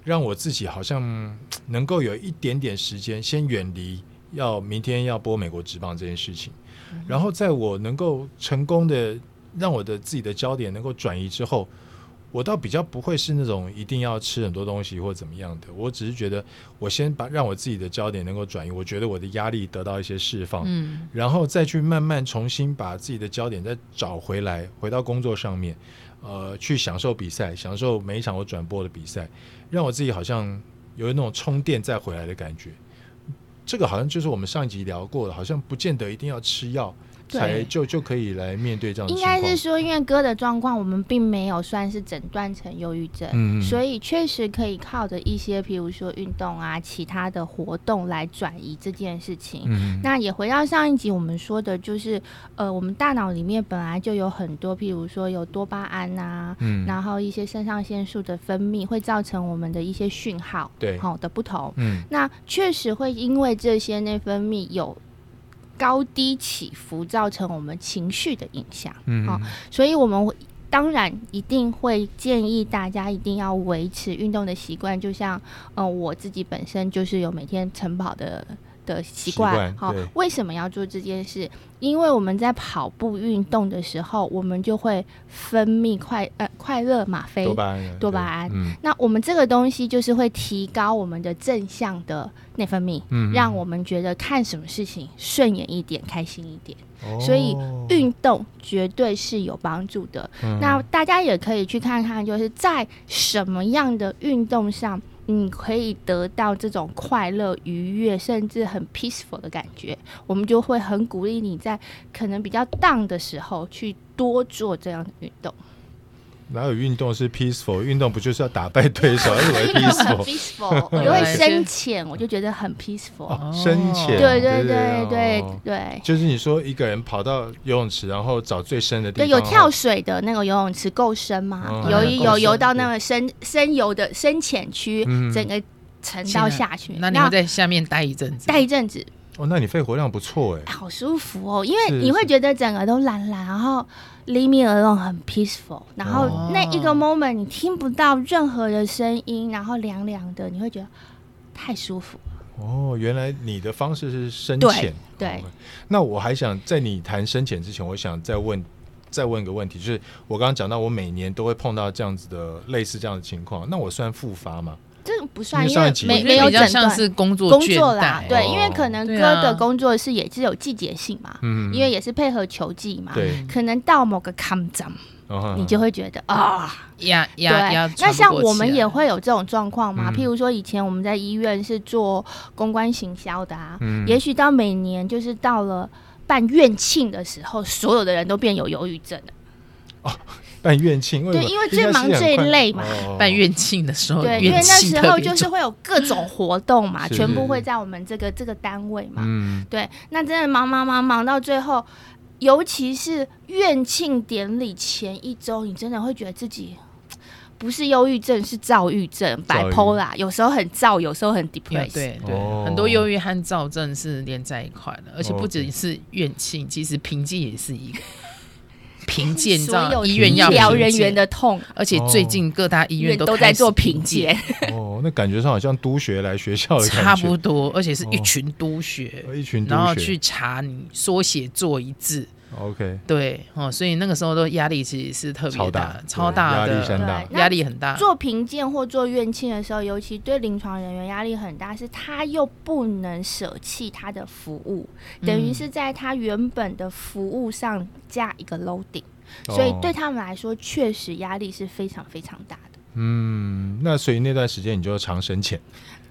Speaker 1: 让我自己好像嗯能够有一点点时间先远离要明天要播美国职棒这件事情，然后在我能够成功的让我的自己的焦点能够转移之后，我倒比较不会是那种一定要吃很多东西或怎么样的，我只是觉得我先把让我自己的焦点能够转移，我觉得我的压力得到一些释放，
Speaker 2: 嗯，
Speaker 1: 然后再去慢慢重新把自己的焦点再找回来，回到工作上面，呃，去享受比赛，享受每一场我转播的比赛，让我自己好像有那种充电再回来的感觉。这个好像就是我们上一集聊过的，好像不见得一定要吃药
Speaker 3: 对
Speaker 1: 才就就可以来面对这样的
Speaker 3: 应
Speaker 1: 情况。嗯
Speaker 3: 该是说，因为哥的状况，我们并没有算是诊断成忧郁症，
Speaker 1: 嗯嗯
Speaker 3: 所以确实可以靠着一些，比如说运动啊、其他的活动来转移这件事情。
Speaker 1: 嗯，
Speaker 3: 那也回到上一集我们说的，就是呃，我们大脑里面本来就有很多，譬如说有多巴胺啊，
Speaker 1: 嗯
Speaker 3: 然后一些肾上腺素的分泌，会造成我们的一些讯号
Speaker 1: 对，
Speaker 3: 好、的不同。
Speaker 1: 嗯
Speaker 3: 那确实会因为这些内分泌有高低起伏，造成我们情绪的影响。
Speaker 1: 嗯
Speaker 3: 好所以我们会当然一定会建议大家一定要维持运动的习惯，就像呃我自己本身就是有每天晨跑的。的
Speaker 1: 习
Speaker 3: 习
Speaker 1: 惯
Speaker 3: 惯好
Speaker 1: 对，
Speaker 3: 为什么要做这件事？因为我们在跑步运动的时候，我们就会分泌快呃快乐吗啡，
Speaker 1: 多巴胺啊，
Speaker 3: 多巴胺
Speaker 1: 对嗯
Speaker 3: 那我们这个东西就是会提高我们的正向的内分泌，
Speaker 1: 嗯，
Speaker 3: 让我们觉得看什么事情顺眼一点，开心一点。
Speaker 1: 哦
Speaker 3: 所以运动绝对是有帮助的。
Speaker 1: 嗯
Speaker 3: 那大家也可以去看看，就是在什么样的运动上。你可以得到这种快乐、愉悦，甚至很 peaceful 的感觉，我们就会很鼓励你在可能比较 down 的时候去多做这样的运动。
Speaker 1: 哪有运动是 peaceful？运动不就是要打败对手，要怎么
Speaker 3: 因
Speaker 1: 会
Speaker 3: 为我很
Speaker 1: peaceful？
Speaker 3: peaceful，我就 会深潜，我就觉得很 peaceful。
Speaker 1: 哦，深潜，
Speaker 3: 对
Speaker 1: 对
Speaker 3: 对对对
Speaker 1: 哦
Speaker 3: 对。
Speaker 1: 就是你说一个人跑到游泳池，然后找最深的地
Speaker 3: 对，
Speaker 1: 方，
Speaker 3: 有跳
Speaker 1: 哦
Speaker 3: 水的那个游泳池够深吗？
Speaker 1: 嗯
Speaker 3: 有一
Speaker 1: 够
Speaker 3: 有
Speaker 1: 深
Speaker 3: 游到那个深深游的深浅区，
Speaker 1: 嗯
Speaker 3: 整个沉到下去，
Speaker 2: 嗯那你
Speaker 3: 然
Speaker 2: 会
Speaker 3: 后
Speaker 2: 在下面待一阵子，
Speaker 3: 待一阵子，
Speaker 1: 哦，那你肺活量不错哎
Speaker 3: 哎，好舒服哦，因为
Speaker 1: 是
Speaker 3: 你会
Speaker 1: 是
Speaker 3: 觉得整个都懒懒，然后 leave me alone 很 peaceful，然后
Speaker 2: 哦
Speaker 3: 那一个 moment 你听不到任何的声音，然后凉凉的，你会觉得太舒服。
Speaker 1: 哦，原来你的方式是深
Speaker 3: 对
Speaker 1: 潜。
Speaker 3: 对
Speaker 1: 哦那我还想在你谈深潜之前，我想再问再问个问题，就是我刚刚讲到，我每年都会碰到这样子的类似这样的情况，那我算复发吗？
Speaker 3: 这个不算，
Speaker 1: 因为
Speaker 3: 因
Speaker 1: 上
Speaker 3: 为
Speaker 1: 一集
Speaker 3: 没
Speaker 2: 因
Speaker 3: 没
Speaker 2: 为
Speaker 3: 有
Speaker 2: 比较
Speaker 3: 诊
Speaker 2: 像
Speaker 3: 断。
Speaker 2: 是工作
Speaker 3: 工
Speaker 2: 倦
Speaker 3: 作啦，
Speaker 2: 怠，
Speaker 3: 对，
Speaker 1: 哦
Speaker 3: 因为可能
Speaker 2: 对
Speaker 3: 歌的
Speaker 2: 啊
Speaker 3: 工作是也是有季节性嘛，
Speaker 1: 嗯，
Speaker 3: 因为也是配合球技嘛，
Speaker 1: 对，
Speaker 3: 可能到某个 come down，
Speaker 1: 哦
Speaker 3: 你就会觉得啊，
Speaker 2: 压压压喘不
Speaker 3: 对
Speaker 2: 过气来。啊
Speaker 3: 那像我们也会有这种状况嘛，
Speaker 1: 嗯
Speaker 3: 譬如说以前我们在医院是做公关行销的啊，
Speaker 1: 嗯
Speaker 3: 也许到每年就是到了。办院庆的时候，所有的人都变有忧郁症了。
Speaker 1: 办院庆，
Speaker 3: 对
Speaker 1: 什么
Speaker 3: 因为
Speaker 1: 应该
Speaker 3: 最忙
Speaker 1: 是很
Speaker 3: 最
Speaker 1: 快
Speaker 3: 累嘛
Speaker 1: 哦
Speaker 2: 办院庆的时候，
Speaker 3: 对，因
Speaker 2: 院
Speaker 3: 为那
Speaker 2: 庆
Speaker 3: 时
Speaker 2: 特
Speaker 3: 候
Speaker 2: 别
Speaker 3: 就是
Speaker 2: 重
Speaker 3: 会有各种活动 嘛，
Speaker 1: 是
Speaker 3: 全
Speaker 1: 是
Speaker 3: 部会
Speaker 1: 是
Speaker 3: 在我们这个这个单位嘛。
Speaker 1: 嗯，
Speaker 3: 对，那真的忙忙忙忙到最后，尤其是院庆典礼前一周，你真的会觉得自己嗯不是忧郁症，是躁郁症
Speaker 1: 躁郁
Speaker 3: ，bipolar，有时候很躁，有时候很 depressed。
Speaker 2: 啊对对，
Speaker 1: 哦
Speaker 2: 很多忧郁和躁症是连在一块的，而且不
Speaker 1: OK
Speaker 2: 只是怨气，其实贫瘠也是一 个贫贱，你知
Speaker 3: 所
Speaker 2: 道
Speaker 3: 有
Speaker 2: 医
Speaker 3: 医
Speaker 2: 院要
Speaker 3: 疗
Speaker 2: 评
Speaker 3: 人
Speaker 2: 鉴
Speaker 1: 哦
Speaker 3: 员，的痛，
Speaker 2: 而且最近各大医
Speaker 3: 医
Speaker 2: 院
Speaker 3: 院都
Speaker 2: 开
Speaker 3: 在
Speaker 2: 始
Speaker 3: 做
Speaker 2: 评
Speaker 3: 评鉴，，
Speaker 1: 哦，那感觉上好像督学来学校的感觉，
Speaker 2: 差不多，而且是一
Speaker 1: 哦
Speaker 2: 群督学，
Speaker 1: 一群督
Speaker 2: 然后
Speaker 1: 学
Speaker 2: 去查你缩写做一致，
Speaker 1: OK，
Speaker 2: 对哦，所以那个时候的压力其实是特别
Speaker 1: 超
Speaker 2: 大
Speaker 1: 大，
Speaker 2: 超
Speaker 1: 对
Speaker 2: 大
Speaker 1: 压力
Speaker 2: 的
Speaker 1: 山大
Speaker 3: 对，那
Speaker 2: 压力很大，
Speaker 3: 做评鉴或做院庆的时候，尤其对临床人员压力很大，是他又不能舍弃他的服务，等于
Speaker 2: 嗯
Speaker 3: 是在他原本的服务上加一个 loading，、所以
Speaker 1: 哦
Speaker 3: 对他们来说，确实压力是非常非常大的。
Speaker 1: 嗯，那所以那段时间你就常深潜，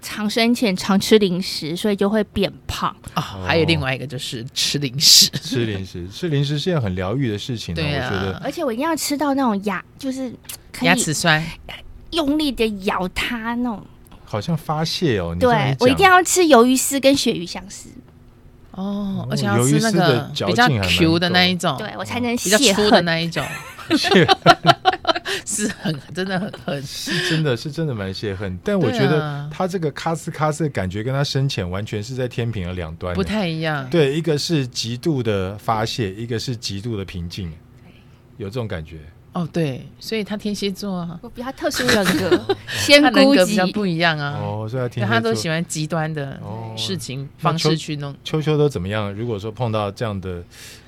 Speaker 3: 常生前常吃零食，所以就会变胖。
Speaker 2: 啊，还有另
Speaker 1: 哦
Speaker 2: 外一个就是吃零食，
Speaker 1: 吃零食，吃零食是件很疗愈的事情呢、
Speaker 2: 对
Speaker 1: 我觉得
Speaker 2: 啊，
Speaker 3: 而且我一定要吃到那种牙，就是可以
Speaker 2: 牙齿酸，
Speaker 3: 用力的咬它那种。
Speaker 1: 好像发泄哦。你这样
Speaker 3: 对，我一定
Speaker 1: 讲
Speaker 3: 要吃鱿鱼丝跟鳕鱼香丝，
Speaker 2: 哦
Speaker 1: 哦，
Speaker 2: 而且要
Speaker 1: 鱿鱼
Speaker 2: 吃那
Speaker 1: 丝的
Speaker 2: 个
Speaker 1: 嚼
Speaker 2: 比较
Speaker 1: 劲还蛮
Speaker 2: Q 的
Speaker 1: 够
Speaker 2: 那一种，
Speaker 3: 对我才能
Speaker 2: 哦比较
Speaker 3: 泄
Speaker 2: 粗的
Speaker 3: 恨。
Speaker 2: 那一种， 是很真的很很
Speaker 1: 是真的是真的蛮泄 恨，但我
Speaker 2: 对
Speaker 1: 觉得
Speaker 2: 啊
Speaker 1: 它这个咔哧咔哧的感觉跟它深浅完全是在天平的两端的，
Speaker 2: 不太一样。
Speaker 1: 对，一个是极度的发泄，一个是极度的平静，有这种感觉。
Speaker 2: 哦，对，所以他天蝎座啊，
Speaker 3: 我比较特殊人格， 先
Speaker 2: 他人
Speaker 3: 估
Speaker 2: 格比
Speaker 3: 计
Speaker 2: 较不一样啊，
Speaker 1: 哦，所以他
Speaker 2: 对，
Speaker 1: 天蝎
Speaker 2: 他都
Speaker 1: 座
Speaker 2: 喜欢极端的
Speaker 1: 哦
Speaker 2: 事情
Speaker 1: 那
Speaker 2: 方
Speaker 1: 秋
Speaker 2: 式去弄。
Speaker 1: 秋秋都怎么样？如果说碰到这样的，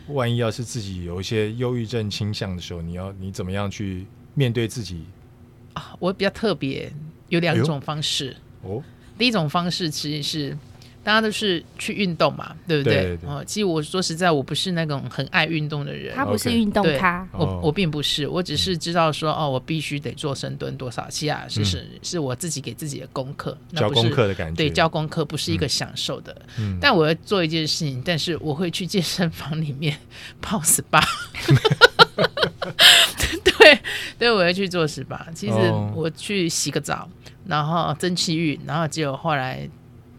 Speaker 1: 万一要是自己有一些忧郁症倾向的时候，你要你怎么样去面对自己？
Speaker 2: 啊我比较特别，有
Speaker 1: 哎
Speaker 2: 两
Speaker 1: 呦
Speaker 2: 种方式。
Speaker 1: 哦，
Speaker 2: 第一种方式其实是大家都是去运动嘛，对不
Speaker 1: 对对对
Speaker 2: 哦，其实我说实在，我不是那种很爱运动的人。
Speaker 3: 他不是
Speaker 1: OK
Speaker 3: 运动
Speaker 2: 对
Speaker 3: 咖，
Speaker 1: 哦嗯
Speaker 2: 我我并不是，我只是知道说，哦，我必须得做深蹲多少下，是是是我自己给自己的功课，那
Speaker 1: 交
Speaker 2: 不
Speaker 1: 嗯
Speaker 2: 是
Speaker 1: 功课的感觉，
Speaker 2: 对，交功课不是一个享受的。
Speaker 1: 嗯
Speaker 2: 但我要做一件事情，但是我会去健身房里面泡 SPA。对，对，我要去做 SPA。其实
Speaker 1: 哦
Speaker 2: 我去洗个澡，然后蒸汽浴，然后结果后来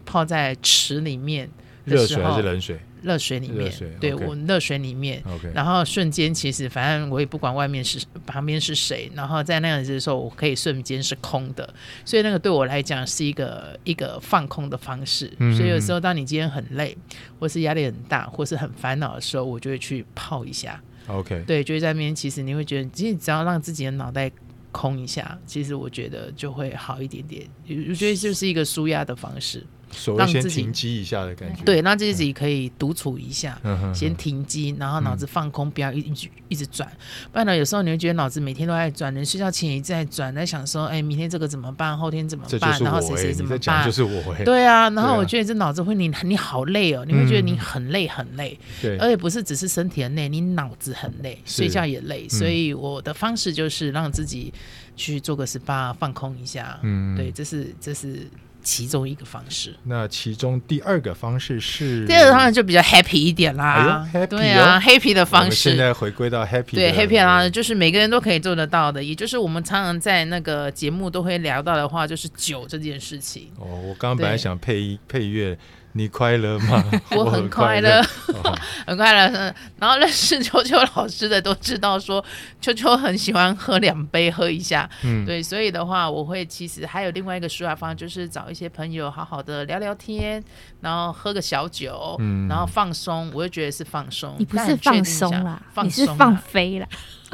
Speaker 2: 泡在池里面的
Speaker 1: 热
Speaker 2: 时
Speaker 1: 水还
Speaker 2: 候
Speaker 1: 是冷水
Speaker 2: 热水里
Speaker 1: 热
Speaker 2: 面
Speaker 1: 水，
Speaker 2: 对
Speaker 1: OK
Speaker 2: 我热水里面。
Speaker 1: ？OK，
Speaker 2: 然后瞬间，其实反正我也不管外面是旁边是谁，然后在那样子的时候，我可以瞬间是空的，所以那个对我来讲是一个一个放空的方式。
Speaker 1: 嗯
Speaker 2: 所以有时候当你今天很累，或是压力很大，或是很烦恼的时候，我就会去泡一下。
Speaker 1: OK，
Speaker 2: 对，就会在那边，其实你会觉得，其实只要让自己的脑袋空一下，其实我觉得就会好一点点。我觉得就是一个舒压的方式，
Speaker 1: 所谓
Speaker 2: 让
Speaker 1: 先
Speaker 2: 自己
Speaker 1: 停机一下的感觉，
Speaker 2: 对，让自己可以独处一下。
Speaker 1: 嗯哼，
Speaker 2: 先
Speaker 1: 嗯
Speaker 2: 停机，然后脑子放空，不要一一直一直转。不然呢，有时候你会觉得脑子每天都在转，哎人睡觉前也在转，在想说，哎，明天这个怎么办？后天怎么
Speaker 1: 这就
Speaker 2: 办？
Speaker 1: 是
Speaker 2: 然后
Speaker 1: 我
Speaker 2: 谁
Speaker 1: 哎，
Speaker 2: 谁怎
Speaker 1: 你
Speaker 2: 么
Speaker 1: 在讲
Speaker 2: 办
Speaker 1: 就？是我哎，
Speaker 2: 对啊，然
Speaker 1: 对
Speaker 2: 后
Speaker 1: 啊
Speaker 2: 我觉得这脑子会你你好累哦，你会觉得你
Speaker 1: 嗯
Speaker 2: 很累很累，
Speaker 1: 对
Speaker 2: 而且不是只是身体很累，你脑子很累，
Speaker 1: 是
Speaker 2: 睡觉也累。所
Speaker 1: 嗯
Speaker 2: 以我的方式就是让自己去做个 SPA 放空一下。
Speaker 1: 嗯
Speaker 2: 对，这是这是其中一个方式。
Speaker 1: 那其中第二个方式是
Speaker 2: 第二个当然就比较 happy 一点啦，
Speaker 1: 哎呦，happy
Speaker 2: 对啊
Speaker 1: 哦
Speaker 2: ，happy 的
Speaker 1: 我
Speaker 2: 方
Speaker 1: 们现
Speaker 2: 式，
Speaker 1: 在回归到 happy
Speaker 2: 对
Speaker 1: 的
Speaker 2: happy 啦，就是每个人都可以做得到的，也就是我们常常在那个节目都会聊到的话，就是酒这件事情。
Speaker 1: 哦，我刚刚本来
Speaker 2: 对
Speaker 1: 想配一配乐，你快乐吗？
Speaker 2: 我很
Speaker 1: 哎很
Speaker 2: 快
Speaker 1: 乐
Speaker 2: 乐，
Speaker 1: 哦
Speaker 2: 很快乐。嗯然后认识秋秋老师的都知道说，秋秋很喜欢喝两杯，喝一下。
Speaker 1: 嗯，
Speaker 2: 对，所以的话，我会其实还有另外一个抒发方式，就是找一些朋友好好的聊聊天，然后喝个小酒，
Speaker 1: 嗯
Speaker 2: 然后放松。我就觉得是放松，
Speaker 4: 你不
Speaker 2: 但
Speaker 4: 是
Speaker 2: 确定
Speaker 4: 放
Speaker 2: 一下
Speaker 4: 松
Speaker 3: 啊
Speaker 4: 啦，
Speaker 2: 放
Speaker 4: 你是
Speaker 2: 松啊
Speaker 4: 放
Speaker 2: 啦
Speaker 4: 飞啦。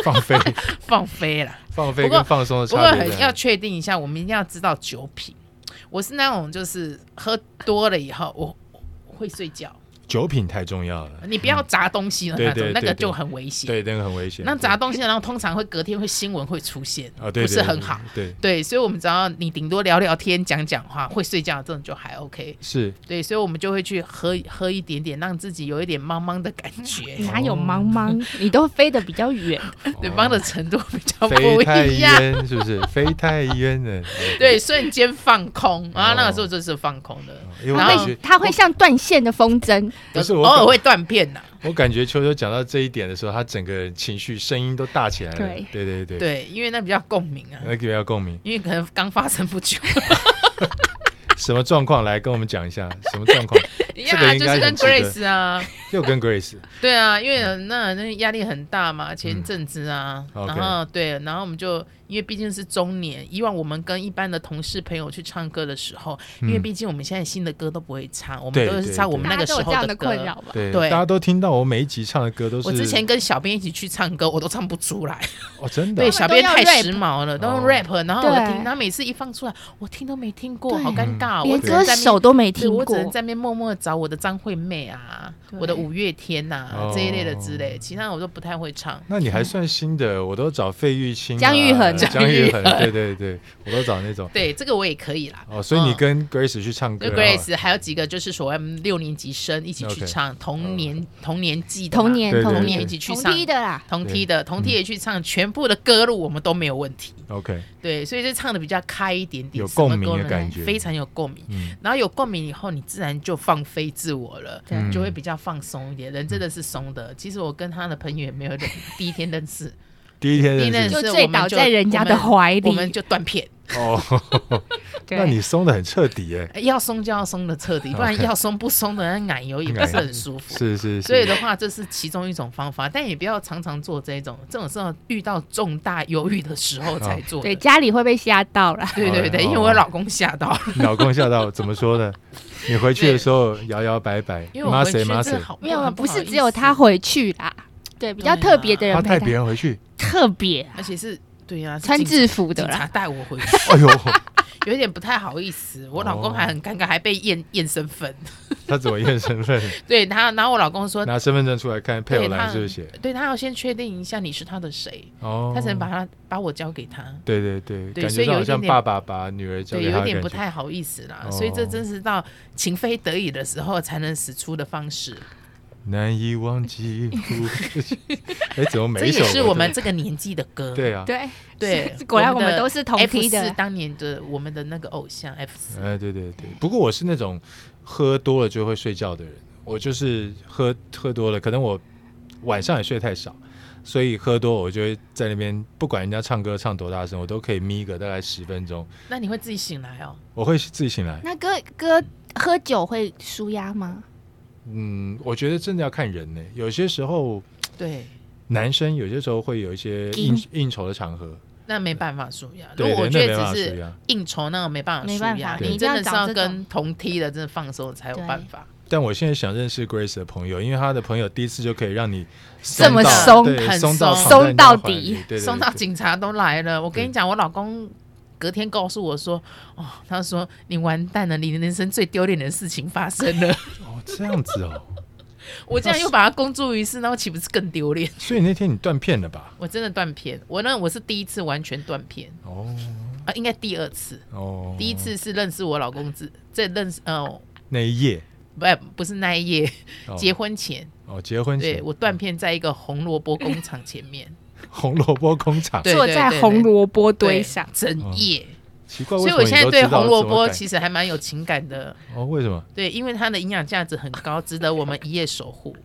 Speaker 1: 放 飞
Speaker 2: 放飞啦。
Speaker 1: 放
Speaker 2: 不
Speaker 1: 飞
Speaker 2: 过
Speaker 1: 跟放松的
Speaker 2: 不过
Speaker 1: 差别
Speaker 2: 很
Speaker 1: 在
Speaker 2: 要
Speaker 1: 哪。
Speaker 2: 确定一下，我们一定要知道酒品。我是那种就是喝多了以后，我我会睡觉。
Speaker 1: 酒品太重要了，
Speaker 2: 你不要砸东西的那
Speaker 1: 对
Speaker 2: 种，
Speaker 1: 对
Speaker 2: 那
Speaker 1: 对
Speaker 2: 个
Speaker 1: 对
Speaker 2: 就很危险。
Speaker 1: 对，那个很危险。
Speaker 2: 那
Speaker 1: 对
Speaker 2: 砸东西的，然后通常会隔天会新闻会出现，
Speaker 1: 啊，对，对
Speaker 2: 不是很好。。
Speaker 1: 对，对
Speaker 2: 对，所以，我们只要你顶多聊聊天、讲讲话，会睡觉这种就还 OK。
Speaker 1: 是
Speaker 2: 对，所以我们就会去喝喝一点点，让自己有一点茫茫的感 觉。
Speaker 4: 哪有茫茫？ 你都飞得比较远，
Speaker 2: 对
Speaker 1: 哦
Speaker 2: 方的程度比较不
Speaker 1: 飞太
Speaker 2: 一样。
Speaker 1: 远是不 是？飞太远了。哦
Speaker 2: 对，，瞬间放空啊，那个时候就是放空的，
Speaker 1: 哦因为我
Speaker 2: 然
Speaker 1: 感
Speaker 2: 后
Speaker 1: 觉
Speaker 4: 它会像断线的风筝，
Speaker 1: 不是
Speaker 2: 偶
Speaker 1: 我
Speaker 2: 尔
Speaker 1: 感
Speaker 2: 会断片呐。
Speaker 1: 我感觉秋秋讲到这一点的时候，他整个情绪声音都大起来了。
Speaker 4: 对
Speaker 1: 对对对，
Speaker 2: 对，因为那比较共鸣啊，
Speaker 1: 那个要共鸣。
Speaker 2: 因为可能刚发生 不久。
Speaker 1: 什么状况？来跟我们讲一下什么状况？
Speaker 2: 呀
Speaker 1: 个，应
Speaker 2: 就
Speaker 1: 该很
Speaker 2: 是跟
Speaker 1: 值得
Speaker 2: Grace 啊，
Speaker 1: 又跟 Grace
Speaker 2: 对啊，因为那那压力很大嘛，前阵子啊，
Speaker 1: 嗯
Speaker 2: 然
Speaker 1: OK
Speaker 2: 后对，然后我们就因为毕竟是中年，以往我们跟一般的同事朋友去唱歌的时候，因为
Speaker 1: 嗯
Speaker 2: 毕竟我们现在新的歌都不会唱，我们
Speaker 1: 对
Speaker 2: 都是
Speaker 1: 对
Speaker 2: 唱我
Speaker 1: 对
Speaker 2: 们
Speaker 4: 大
Speaker 2: 那
Speaker 4: 家
Speaker 2: 个
Speaker 4: 都
Speaker 2: 时
Speaker 4: 有这
Speaker 2: 候
Speaker 4: 样
Speaker 2: 的
Speaker 4: 困
Speaker 2: 歌
Speaker 4: 扰。吧？
Speaker 1: 对，
Speaker 2: 对
Speaker 1: 大家都听到我每一集唱的歌都是
Speaker 2: 我之前跟小编一起去唱歌，我都唱不出来。
Speaker 1: 哦，真的
Speaker 2: 对，
Speaker 1: 啊
Speaker 2: 小编
Speaker 4: 都要
Speaker 2: 太
Speaker 4: rap
Speaker 2: 时髦了，都用
Speaker 1: 哦
Speaker 2: rap，然后我
Speaker 4: 对
Speaker 2: 听他每次一放出来，我听都没听过，
Speaker 4: 对
Speaker 2: 好尴尬哦，我
Speaker 4: 连
Speaker 2: 只能在
Speaker 4: 歌
Speaker 2: 那边
Speaker 4: 手都没
Speaker 2: 对
Speaker 4: 听
Speaker 2: 我只
Speaker 4: 过。
Speaker 2: 能在那边默默地找我的张惠妹啊，
Speaker 4: 对
Speaker 2: 我的五月天呐、
Speaker 1: 哦
Speaker 2: 这一类的之类，其他我都不太会唱。
Speaker 1: 那你还算新的，我都找费玉清啊、
Speaker 4: 姜育恒
Speaker 1: 姜育恒，对对对，我都找那种。
Speaker 2: 对，这个我也可以啦。
Speaker 1: 哦，所以你
Speaker 2: 嗯
Speaker 1: 跟 Grace 去唱歌
Speaker 2: 跟
Speaker 1: 啊、
Speaker 2: Grace 还有几个就是所谓六年级生一起去
Speaker 1: OK
Speaker 2: 唱同年同年纪的嘛
Speaker 4: 嗯童年
Speaker 1: 对对
Speaker 4: 童
Speaker 2: 同
Speaker 1: 对
Speaker 2: 年一
Speaker 4: 年
Speaker 2: 起去
Speaker 4: 同
Speaker 2: 唱
Speaker 4: 梯的啦，
Speaker 2: 同梯的同梯也去唱，全部的歌路我们都没有问题。
Speaker 1: 哦 OK，
Speaker 2: 对，所以就唱的比较开一点点，
Speaker 1: 有
Speaker 2: 什么
Speaker 1: 共鸣
Speaker 2: 歌
Speaker 1: 的
Speaker 2: 呢
Speaker 1: 感觉
Speaker 2: 非常有共鸣。
Speaker 1: 嗯，
Speaker 2: 然后有共鸣以后，你自然就放飞自我了，
Speaker 4: 对
Speaker 2: 你
Speaker 1: 嗯
Speaker 2: 就会比较放松一点。人真的是松的。其实我跟他的朋友也没有认 第一天认识，
Speaker 1: 第一天
Speaker 2: 第一
Speaker 1: 认识
Speaker 2: 天
Speaker 4: 就
Speaker 2: 认识
Speaker 4: 醉倒在人家的怀里
Speaker 2: 我们就断片。
Speaker 1: 哦，
Speaker 4: 对
Speaker 1: 那你松的很彻底耶，
Speaker 2: 呃要松就要松的彻底，不然
Speaker 1: OK
Speaker 2: 要松不松的，那奶油也不是很舒 服。
Speaker 1: 是是是，
Speaker 2: 所以的话，这是其中一种方法，但也不要常常做这种，这种是要遇到重大忧郁的时候才做的。
Speaker 4: 对家里会被吓到 啦。
Speaker 2: 对对对，因为我老公吓到了，
Speaker 1: 老公吓到，怎么说呢？你回去的时候摇摇摆摆，
Speaker 2: 因为我
Speaker 1: 妈
Speaker 2: 回去
Speaker 1: 谁妈
Speaker 2: 真
Speaker 1: 谁
Speaker 2: 的，好
Speaker 4: 没有，啊
Speaker 2: 很
Speaker 4: 不
Speaker 2: 好
Speaker 4: 是
Speaker 2: 意
Speaker 4: 只有
Speaker 2: 思
Speaker 4: 他回去啦，对，比较
Speaker 2: 对啊
Speaker 4: 特别的
Speaker 1: 他
Speaker 4: 人
Speaker 1: 带
Speaker 4: 陪
Speaker 1: 别
Speaker 4: 他，
Speaker 1: 人回 去，
Speaker 4: 特别啊
Speaker 2: 而且是对呀、啊，是
Speaker 4: 穿
Speaker 2: 警察
Speaker 4: 制服的
Speaker 2: 警察
Speaker 4: 啦，
Speaker 2: 带我回去，
Speaker 1: 哎呦，
Speaker 2: 有一点不太好意思。我老公还很尴尬，还被验验身份。
Speaker 1: 他怎么验身份？
Speaker 2: 对他，然后 我老公说，
Speaker 1: 拿身份证出来看，配偶
Speaker 2: 对
Speaker 1: 栏
Speaker 2: 他
Speaker 1: 是不是写？
Speaker 2: 对他要先确定一下你是他的谁，
Speaker 1: 哦，
Speaker 2: 他才能把他把我交给他。
Speaker 1: 对对对，
Speaker 2: 对
Speaker 1: 感
Speaker 2: 所
Speaker 1: 觉
Speaker 2: 以
Speaker 1: 到
Speaker 2: 有
Speaker 1: 好
Speaker 2: 一
Speaker 1: 像
Speaker 2: 点点
Speaker 1: 爸爸把女儿交给
Speaker 2: 对，有
Speaker 1: 他
Speaker 2: 一
Speaker 1: 的
Speaker 2: 点
Speaker 1: 感
Speaker 2: 不
Speaker 1: 觉。
Speaker 2: 太好意思啦，
Speaker 1: 哦
Speaker 2: 所以这真是到情非得已的时候才能使出的方式。
Speaker 1: 难以忘记。 哎，怎么
Speaker 2: 这
Speaker 1: 每一首
Speaker 2: 也是
Speaker 1: 都
Speaker 2: 我们这个年纪的歌。
Speaker 1: 对啊？
Speaker 4: 对
Speaker 2: 对
Speaker 4: 是，果然我们都是同
Speaker 2: F
Speaker 4: 批的
Speaker 2: 四
Speaker 4: 啦
Speaker 2: 当年的我们的那个偶像 F 四。
Speaker 1: 哎，对对对。不过我是那种喝多了就会睡觉的人，我就是喝喝多了，可能我晚上也睡太少，所以喝多我就会在那边，不管人家唱歌唱多大声，我都可以眯个大概十分钟，
Speaker 2: 那你会自己醒来哦？
Speaker 1: 我会自己醒来。
Speaker 4: 那哥哥喝酒会舒压吗？
Speaker 1: 嗯，我觉得真的要看人呢、有些时候
Speaker 2: 对，
Speaker 1: 男生有些时候会有一些应应酬的场合，
Speaker 2: 那没办法舒压。如
Speaker 1: 对
Speaker 2: 果我
Speaker 1: 对，那没
Speaker 2: 觉得
Speaker 1: 办法
Speaker 2: 只是
Speaker 1: 输呀。
Speaker 2: 应酬那个没办法
Speaker 4: 没
Speaker 2: 舒
Speaker 4: 办
Speaker 2: 压，
Speaker 4: 法
Speaker 1: 你
Speaker 2: 你
Speaker 4: 一
Speaker 2: 真
Speaker 4: 定要
Speaker 2: 的是
Speaker 4: 找
Speaker 2: 要
Speaker 4: 这
Speaker 2: 跟同梯的真的放松才有办法。
Speaker 1: 但我现在想认识 Grace 的朋友，因为她的朋友第一次就可以让你
Speaker 4: 这么
Speaker 1: 松
Speaker 4: 松
Speaker 1: 到对
Speaker 2: 很
Speaker 1: 松到
Speaker 2: 松
Speaker 1: 躺在人家
Speaker 4: 松到
Speaker 1: 怀里
Speaker 4: 底，
Speaker 1: 对对对
Speaker 2: 送到警察都来了，我跟你
Speaker 1: 对
Speaker 2: 讲，我老公隔天告诉我说，哦，他说你完蛋了，你人生最丢脸的事情发生 了。
Speaker 1: 哦，这样子哦，
Speaker 2: 我这样又把他公诸于世，那我岂不是更丢脸？
Speaker 1: 所以那天你断片了吧？
Speaker 2: 我真的断片，我那我是第一次完全断片
Speaker 1: 哦
Speaker 2: 啊，应该第二次，
Speaker 1: 哦，
Speaker 2: 第一次是认识我老公之，这认识呃。
Speaker 1: 那一夜
Speaker 2: 不，不是那一夜，
Speaker 1: 哦
Speaker 2: 结婚前，
Speaker 1: 哦结婚
Speaker 2: 对
Speaker 1: 前
Speaker 2: 我断片在一个红萝卜工厂前面，
Speaker 1: 红萝卜工厂
Speaker 2: 对
Speaker 4: 坐在红萝卜堆
Speaker 2: 对
Speaker 4: 上，
Speaker 2: 整夜，
Speaker 1: 奇怪，
Speaker 2: 所
Speaker 1: 为什
Speaker 2: 以
Speaker 1: 么
Speaker 2: 我
Speaker 1: 你
Speaker 2: 现在
Speaker 1: 都
Speaker 2: 对
Speaker 1: 哦知道
Speaker 2: 红萝
Speaker 1: 怎么
Speaker 2: 卜
Speaker 1: 改
Speaker 2: 其实还蛮有情感的，
Speaker 1: 哦，为什么？
Speaker 2: 对，因为它的营养价值很高，值得我们一夜守护。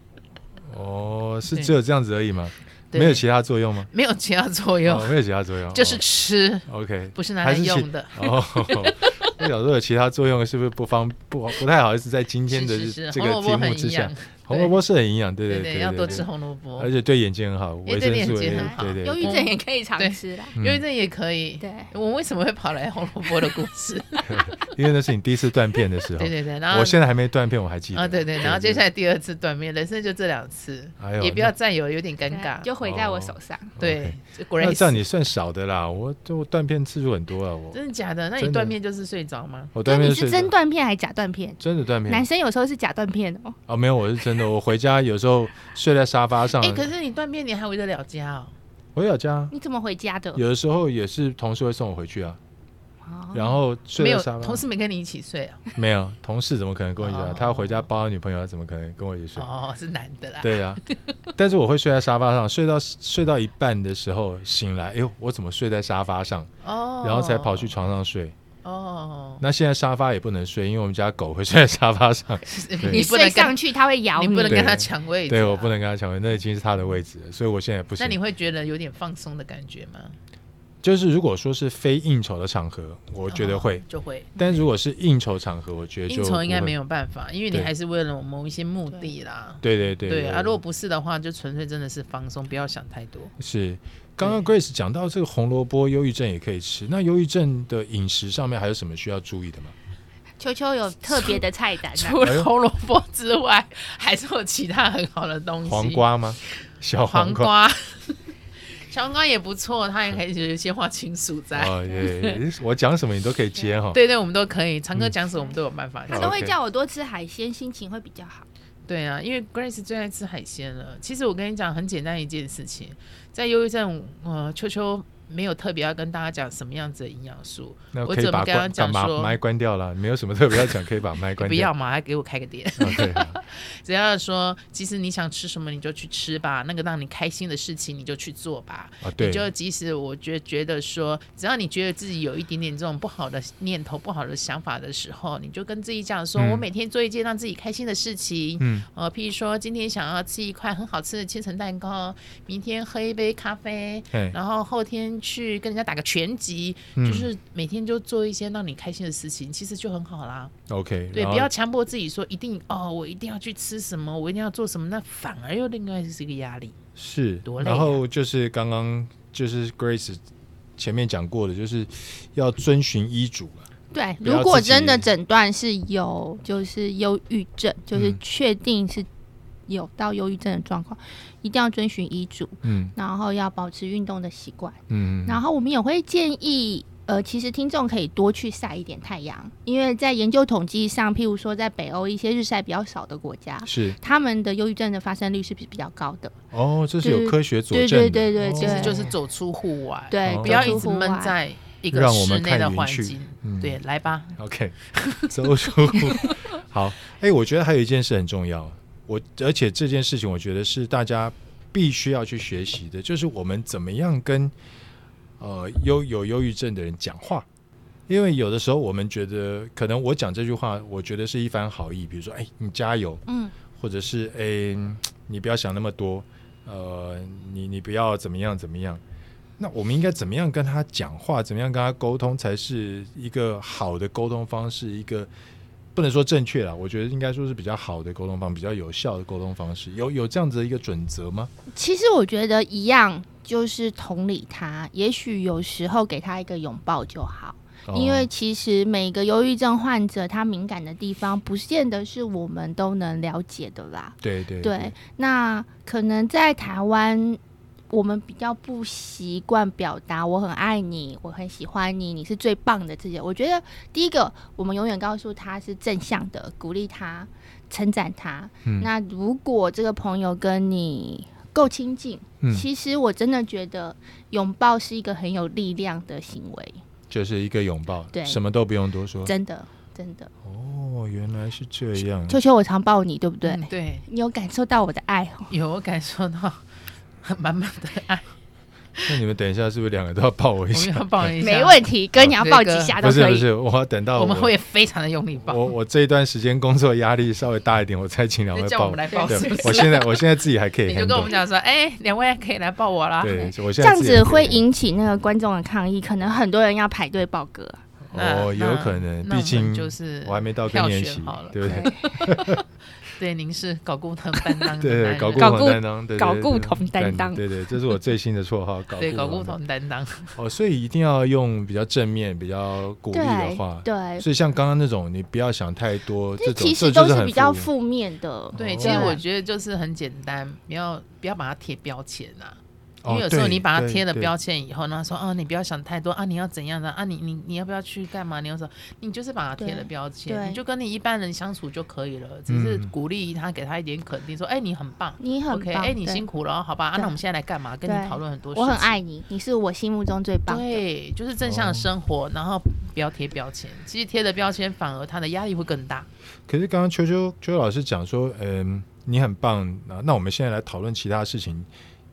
Speaker 1: 哦，是
Speaker 2: 对
Speaker 1: 只有这样子而已吗？
Speaker 2: 对
Speaker 1: 没有其他作用吗？
Speaker 2: 没有其他作用，
Speaker 1: 哦，没有其他作用，
Speaker 2: 就是
Speaker 1: 哦
Speaker 2: 吃，
Speaker 1: OK，
Speaker 2: 不是拿
Speaker 1: 还
Speaker 2: 来
Speaker 1: 是其
Speaker 2: 用的。
Speaker 1: 哦， 我想说有其他作用是不是不方不不太好意思在今天的
Speaker 2: 是是是，
Speaker 1: 这
Speaker 2: 红
Speaker 1: 个
Speaker 2: 萝
Speaker 1: 题
Speaker 2: 卜
Speaker 1: 目
Speaker 2: 很
Speaker 1: 之
Speaker 2: 营
Speaker 1: 下
Speaker 2: 养，，
Speaker 1: 红萝卜是很营养，对
Speaker 2: 对
Speaker 1: 对，
Speaker 2: 要多吃
Speaker 1: 对，
Speaker 2: 红萝卜
Speaker 1: 而。且对眼睛很好，
Speaker 2: 也
Speaker 1: 维
Speaker 2: 对
Speaker 1: 生
Speaker 2: 眼
Speaker 1: 素
Speaker 2: 睛
Speaker 1: 也
Speaker 2: 很好
Speaker 1: 对对，
Speaker 3: 忧郁
Speaker 1: 对
Speaker 3: 症也可以常
Speaker 2: 对
Speaker 3: 吃啦。
Speaker 1: 嗯
Speaker 2: 忧郁症也可以。
Speaker 3: 对，
Speaker 2: 我为什么会跑来红萝卜的故 事？
Speaker 1: 因为那是你第一次断片的时候
Speaker 2: 对，对对，然后
Speaker 1: 我现在还没断片，我还记得
Speaker 2: 啊对对，然后接下来第二次断面，人生就这两次
Speaker 1: 哎，呦
Speaker 2: 也不要占有，有点尴
Speaker 3: 对啊
Speaker 2: 尬。
Speaker 3: 就毁在我手上。
Speaker 2: 对
Speaker 1: OK，
Speaker 2: 这果然
Speaker 1: 那
Speaker 2: 也
Speaker 1: 这样
Speaker 2: 是
Speaker 1: 你算少的啦，我我断片次数很多啊，我
Speaker 2: 真的假的？那
Speaker 1: 真
Speaker 2: 你
Speaker 1: 的
Speaker 2: 断面就是睡着吗？
Speaker 1: 我
Speaker 4: 对，
Speaker 1: 断
Speaker 4: 你
Speaker 1: 片
Speaker 4: 是
Speaker 1: 是
Speaker 4: 真断片还是假断片？
Speaker 1: 真的断片
Speaker 4: 男生有时候是假断片哦，
Speaker 1: 啊，没有，我是真的，我回家有时候睡在沙发上，
Speaker 2: 哎，可是你断面你还回得了家哦？
Speaker 1: 回老家
Speaker 4: 你怎么回家的？
Speaker 1: 有的时候也是同事会送我回去啊，
Speaker 4: 哦
Speaker 1: 然后睡
Speaker 2: 没
Speaker 1: 在
Speaker 2: 有
Speaker 1: 沙，发
Speaker 2: 同事没跟你一起睡哦。
Speaker 1: 没有同事怎么可能跟我一起睡啊
Speaker 2: 哦？
Speaker 1: 他回家抱他女朋友，他怎么可能跟我一起睡？
Speaker 2: 哦，是男的啦。
Speaker 1: 对 呀、但是我会睡在沙发上，睡到睡到一半的时候醒来，哎呦，我怎么睡在沙发上？
Speaker 2: 哦，
Speaker 1: 然后才跑去床上睡。
Speaker 2: 哦，
Speaker 1: 那现在沙发也不能睡，因为我们家狗会睡在沙发 上，
Speaker 4: 你
Speaker 2: 你不能跟
Speaker 4: 睡上去，他会咬
Speaker 2: 你不能
Speaker 1: 对
Speaker 2: 跟他抢位置啊。
Speaker 1: 对我不能跟它抢位，那已经是它的位置了，所以我现在也不行。
Speaker 2: 那你会觉得有点放松的感觉吗？
Speaker 1: 就是如果说是非应酬的场合，我觉得会
Speaker 2: 哦；就会。
Speaker 1: 但如果是应酬场合，我觉得就
Speaker 2: 应酬应该没
Speaker 1: 有。
Speaker 2: 有办法，因为你
Speaker 1: 对
Speaker 2: 还是为了某一些目的啦。
Speaker 1: 对对对
Speaker 2: 对啊，如果不是的话，就纯粹真的是放松，不要想太多。
Speaker 1: 是刚刚 Grace 讲到这个红萝卜，忧郁症也可以吃。那忧郁症的饮食上面还有什么需要注意的吗？
Speaker 4: 球球有特别的菜
Speaker 3: 哎
Speaker 4: 单
Speaker 1: 哎
Speaker 4: 啊，
Speaker 2: 除了红萝卜之外，还是有其他很好的东西，
Speaker 1: 黄、瓜吗？小
Speaker 2: 黄
Speaker 1: 瓜。
Speaker 2: 瓜、小 黄瓜也不错，它也可以有一些花青素在。
Speaker 1: 哦耶！我讲什么你都可以接哈。
Speaker 2: 对对，我们都可以，常
Speaker 1: 嗯
Speaker 2: 哥讲什么我们都有办法。
Speaker 3: 他都会叫我多吃海鲜，心情会比较好。
Speaker 2: 对啊，因为 Grace 最爱吃海鲜了。其实我跟你讲，很简单一件事情，在忧郁症，呃，秋秋没有特别要跟大家讲什么样子的营养素，
Speaker 1: 那
Speaker 2: 我
Speaker 1: 可以
Speaker 2: 怎么
Speaker 1: 把
Speaker 2: 跟他
Speaker 1: 关把
Speaker 2: 讲
Speaker 1: 麦
Speaker 2: 说
Speaker 1: 麦关掉了，没有什么特别要讲，可以把麦关掉。
Speaker 2: 不 要嘛，还给我开个店。
Speaker 1: 啊对啊
Speaker 2: 只要说，其实你想吃什么你就去吃吧，那个让你开心的事情你就去做吧。
Speaker 1: 啊，
Speaker 2: 你
Speaker 1: 对，
Speaker 2: 就即使我觉觉得说，只要你觉得自己有一点点这种不好的念头、不好的想法的时候，你就跟自己讲说，
Speaker 1: 嗯
Speaker 2: 我每天做一件让自己开心的事情。
Speaker 1: 嗯，
Speaker 2: 呃，譬如说今天想要吃一块很好吃的千层蛋糕，明天喝一杯咖啡，
Speaker 1: 哎，
Speaker 2: 然后后天去跟人家打个拳击，
Speaker 1: 嗯
Speaker 2: 就是每天就做一些让你开心的事情，其实就很好啦。
Speaker 1: OK，
Speaker 2: 对，
Speaker 1: 然后
Speaker 2: 不要强迫自己说一定哦，我一定要去吃什么，我一定要做什么，那反而又另外是一个压力。
Speaker 1: 是
Speaker 2: 多，累
Speaker 1: 然
Speaker 2: 啊
Speaker 1: 后就是刚刚就是 Grace 前面讲过的，就是要遵循医嘱了。
Speaker 3: 对，
Speaker 1: 不要
Speaker 3: 如果
Speaker 1: 自己
Speaker 3: 真的诊断是有，就是忧郁症，就是
Speaker 1: 嗯
Speaker 3: 确定是有到忧郁症的状况，一定要遵循医嘱，
Speaker 1: 嗯
Speaker 3: 然后要保持运动的习惯。
Speaker 1: 嗯，
Speaker 3: 然后我们也会建议，呃，其实听众可以多去晒一点太阳，因为在研究统计上，譬如说在北欧一些日晒比较少的国家，
Speaker 1: 是
Speaker 3: 他们的忧郁症的发生率是比比较高的。
Speaker 1: 哦，这是
Speaker 3: 对
Speaker 1: 有科学佐
Speaker 3: 对
Speaker 1: 证的，
Speaker 3: 对对对
Speaker 1: 哦
Speaker 2: 其实
Speaker 3: 对
Speaker 2: 就是走出户外，
Speaker 3: 对，
Speaker 1: 哦
Speaker 2: 不要
Speaker 3: 多
Speaker 2: 一
Speaker 3: 出
Speaker 2: 直
Speaker 3: 户
Speaker 2: 闷
Speaker 3: 外
Speaker 2: 在一个
Speaker 1: 让我
Speaker 2: 室
Speaker 1: 们
Speaker 2: 内
Speaker 1: 看
Speaker 2: 的
Speaker 1: 云
Speaker 2: 环
Speaker 1: 去
Speaker 2: 境。
Speaker 1: 嗯
Speaker 2: 对，来吧，
Speaker 1: OK，走出。 好，哎、我觉得还有一件事很重要，我而且这件事情我觉得是大家必须要去学习的，就是我们怎么样跟呃忧有忧郁症的人讲话。因为有的时候我们觉得，可能我讲这句话，我觉得是一番好意，比如说，哎，你加油，
Speaker 3: 嗯，
Speaker 1: 或者是哎，你不要想那么多，呃，你你不要怎么样怎么样。那我们应该怎么样跟他讲话，怎么样跟他沟通，才是一个好的沟通方式？一个不能说正确啦，我觉得应该说是比较好的沟通方，比较有效的沟通方式。有有这样子的一个准则吗？
Speaker 3: 其实我觉得一样，就是同理他，也许有时候给他一个拥抱就好。
Speaker 1: 哦
Speaker 3: 因为其实每个忧郁症患者他敏感的地方，不见得是我们都能了解的啦。
Speaker 1: 对对
Speaker 3: 对，那可能在台湾，我们比较不习惯表达“我很爱你”“我很喜欢你”“你是最棒的”这些。我觉得第一个，我们永远告诉他是正向的，鼓励他，称赞他。
Speaker 1: 嗯
Speaker 3: 那如果这个朋友跟你够亲近，
Speaker 1: 嗯，
Speaker 3: 其实我真的觉得拥抱是一个很有力量的行为，
Speaker 1: 就是一个拥抱，
Speaker 3: 对
Speaker 1: 什么都不用多说。
Speaker 3: 真的，真的。
Speaker 1: 哦，原来是这样。
Speaker 3: 秋秋，我常抱你，对不对？
Speaker 2: 嗯对，
Speaker 3: 你有感受到我的爱哦？
Speaker 2: 有我感受到满满的爱，
Speaker 1: 那你们等一下是不是两个都要抱我一
Speaker 2: 我们
Speaker 1: 下？
Speaker 2: 要抱一下，
Speaker 4: 没问题，哥你要抱
Speaker 2: 这
Speaker 4: 几
Speaker 2: 个
Speaker 4: 下都
Speaker 1: 不是
Speaker 4: 可
Speaker 1: 不
Speaker 4: 以。
Speaker 1: 是，我要等到
Speaker 2: 我们会非常的用力抱。
Speaker 1: 我我这一段时间工作压力稍微大一点，我才请两
Speaker 2: 就
Speaker 1: 位
Speaker 2: 叫
Speaker 1: 抱
Speaker 2: 我们来抱，
Speaker 1: 对
Speaker 2: 是不，
Speaker 1: 我
Speaker 2: 是？
Speaker 1: 现在我现在自己还可以
Speaker 2: 你就跟我们
Speaker 1: handle。
Speaker 2: 讲说，哎，两位可以来抱我啦。
Speaker 1: 对，我
Speaker 4: 这
Speaker 1: 现在
Speaker 4: 样
Speaker 1: 自己还
Speaker 4: 子
Speaker 1: 可以
Speaker 4: 会
Speaker 1: handle
Speaker 4: 引起那个观众的抗议，可能很多人要排队报歌。
Speaker 2: 呃那
Speaker 1: 哦，有可能，毕
Speaker 2: 那那我
Speaker 1: 竟
Speaker 2: 们就是
Speaker 1: 我还没到更年期
Speaker 2: 票选好了，
Speaker 1: 对不对？
Speaker 2: 对，您是搞固酮担 当的男
Speaker 1: 对，
Speaker 2: 人，
Speaker 1: 搞
Speaker 4: 搞
Speaker 1: 固酮
Speaker 4: 固
Speaker 1: 担当，对
Speaker 4: 搞
Speaker 1: 对
Speaker 4: 固
Speaker 1: 对
Speaker 4: 酮担当
Speaker 1: 对对，这是我最新的绰号，搞
Speaker 2: 对搞固
Speaker 1: 担
Speaker 2: 酮担当，
Speaker 1: 当。哦，所以一定要用比较正面、比较鼓励的话。
Speaker 4: 对，
Speaker 1: 所以像刚刚那种，你不要想太多，这
Speaker 4: 这
Speaker 1: 种
Speaker 4: 其
Speaker 1: 这
Speaker 4: 实
Speaker 1: 就
Speaker 4: 都
Speaker 1: 是
Speaker 4: 是
Speaker 1: 很
Speaker 4: 比较
Speaker 1: 负
Speaker 4: 负面的。
Speaker 2: 对，
Speaker 1: 哦
Speaker 2: 其实我觉得就是很简单，不要不要把它贴标签呐、
Speaker 1: 面。
Speaker 2: 因为
Speaker 1: 哦
Speaker 2: 有时候
Speaker 1: 对
Speaker 2: 你把它
Speaker 1: 对
Speaker 2: 贴了
Speaker 1: 对
Speaker 2: 标签以后，然后说哦，你不要想太多啊，你要怎样的啊，你你你要不要去干嘛？你要什么？你就是把它贴了
Speaker 3: 对
Speaker 2: 标签，
Speaker 3: 对
Speaker 2: 你就跟你一般人相处就可以了，只是
Speaker 1: 嗯
Speaker 2: 鼓励他，给他一点肯定，说哎，你很棒
Speaker 4: 你很
Speaker 2: ，OK，哎，你辛
Speaker 4: 苦，
Speaker 2: 苦了哦，好吧？啊，
Speaker 4: 对
Speaker 2: 那我们现在来干嘛？跟
Speaker 4: 对
Speaker 2: 你讨论很多事
Speaker 4: 我
Speaker 2: 情，
Speaker 4: 很爱哦你，你是我心目中最棒的。
Speaker 2: 对，就是正向的生活，然后不要贴标签。其实贴了标签，反而他的压力会更大。
Speaker 1: 可是刚刚秋秋秋老师讲说，嗯，你很棒，啊那我们现在来讨论其他事情，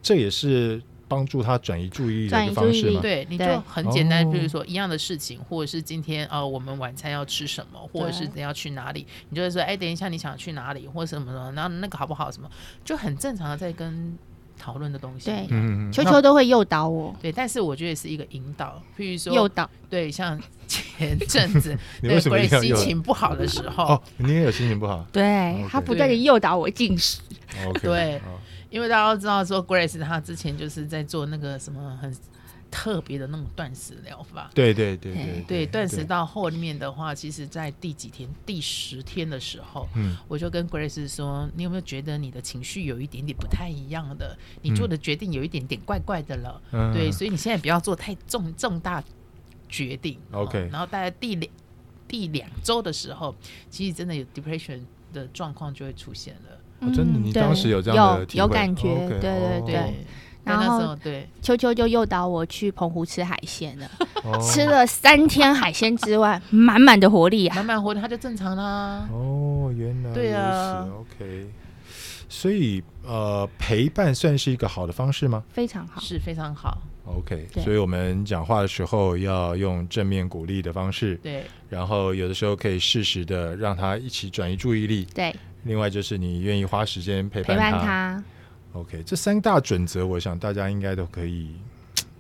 Speaker 1: 这也是帮助他转移注意力的
Speaker 4: 转
Speaker 1: 一个
Speaker 4: 移
Speaker 1: 方
Speaker 4: 注意
Speaker 1: 式
Speaker 4: 力
Speaker 1: 嘛。
Speaker 2: 对，你
Speaker 4: 嗯对
Speaker 2: 就很简单，
Speaker 1: 哦
Speaker 2: 比如说一样的事情，或者是今天呃我们晚餐要吃什么，或者是等一下要去哪里，你就会说，哎，等一下你想去哪里，或者什么什么，然后那个好不好？什么就很正常的在跟讨论的东西。
Speaker 4: 对
Speaker 1: 嗯，嗯嗯
Speaker 4: 球
Speaker 1: 那
Speaker 4: 球都会诱导我，
Speaker 2: 对，但是我觉得也是一个引导，譬如
Speaker 4: 诱
Speaker 2: 说，
Speaker 4: 导。
Speaker 2: 对，像前阵子
Speaker 1: 你
Speaker 2: 对
Speaker 1: 为什么
Speaker 2: Grace
Speaker 1: 一定要
Speaker 2: 心
Speaker 1: 有？
Speaker 2: 情不好的时候，
Speaker 1: 哦，你也有心情不好
Speaker 4: 对他
Speaker 1: OK
Speaker 4: 不断的诱导我进食，
Speaker 1: ？OK，哦
Speaker 2: 对
Speaker 1: 好
Speaker 2: 因为大家都知道说 Grace 她之前就是在做那个什么很特别的那种断食疗法。
Speaker 1: 对对对对
Speaker 2: 哎对，断食，到后面的话，其实在第几天，第十天的时候，
Speaker 1: 嗯，
Speaker 2: 我就跟 Grace 说，你有没有觉得你的情绪有一点点不太一样的？你做的决定有一点点怪怪的了。
Speaker 1: 嗯
Speaker 2: 对，所以你现在不要做太重重大决定。哦
Speaker 1: OK
Speaker 2: 然后大概第两第两周的时候，其实真的有 depression 的状况就会出现了。
Speaker 1: 哦真的，
Speaker 4: 嗯
Speaker 1: 你
Speaker 4: 对
Speaker 1: 当时有这样的
Speaker 4: 有
Speaker 1: 体会
Speaker 4: 有感觉，
Speaker 1: OK，
Speaker 4: 对对
Speaker 1: 哦
Speaker 4: 对。
Speaker 2: 但那
Speaker 4: 然后
Speaker 2: 时候对，
Speaker 4: 球球就诱导我去澎湖吃海鲜了，
Speaker 1: 哦
Speaker 4: 吃了三天海鲜之外，满满的活力啊！
Speaker 2: 慢慢活的他就正常啦。
Speaker 1: 哦，原来
Speaker 2: 对啊
Speaker 1: 如此，OK。所以呃，陪伴算是一个好的方式吗？
Speaker 4: 非常好。
Speaker 2: 是非常好，
Speaker 1: OK，
Speaker 4: 对
Speaker 1: 所以我们讲话的时候要用正面鼓励的方式，
Speaker 2: 对
Speaker 1: 然后有的时候可以适时的让他一起转移注意力。
Speaker 4: 对，
Speaker 1: 另外就是你愿意花时间陪
Speaker 4: 陪
Speaker 1: 伴
Speaker 4: 伴他，
Speaker 1: OK，这三大准则，我想大家应该都可以，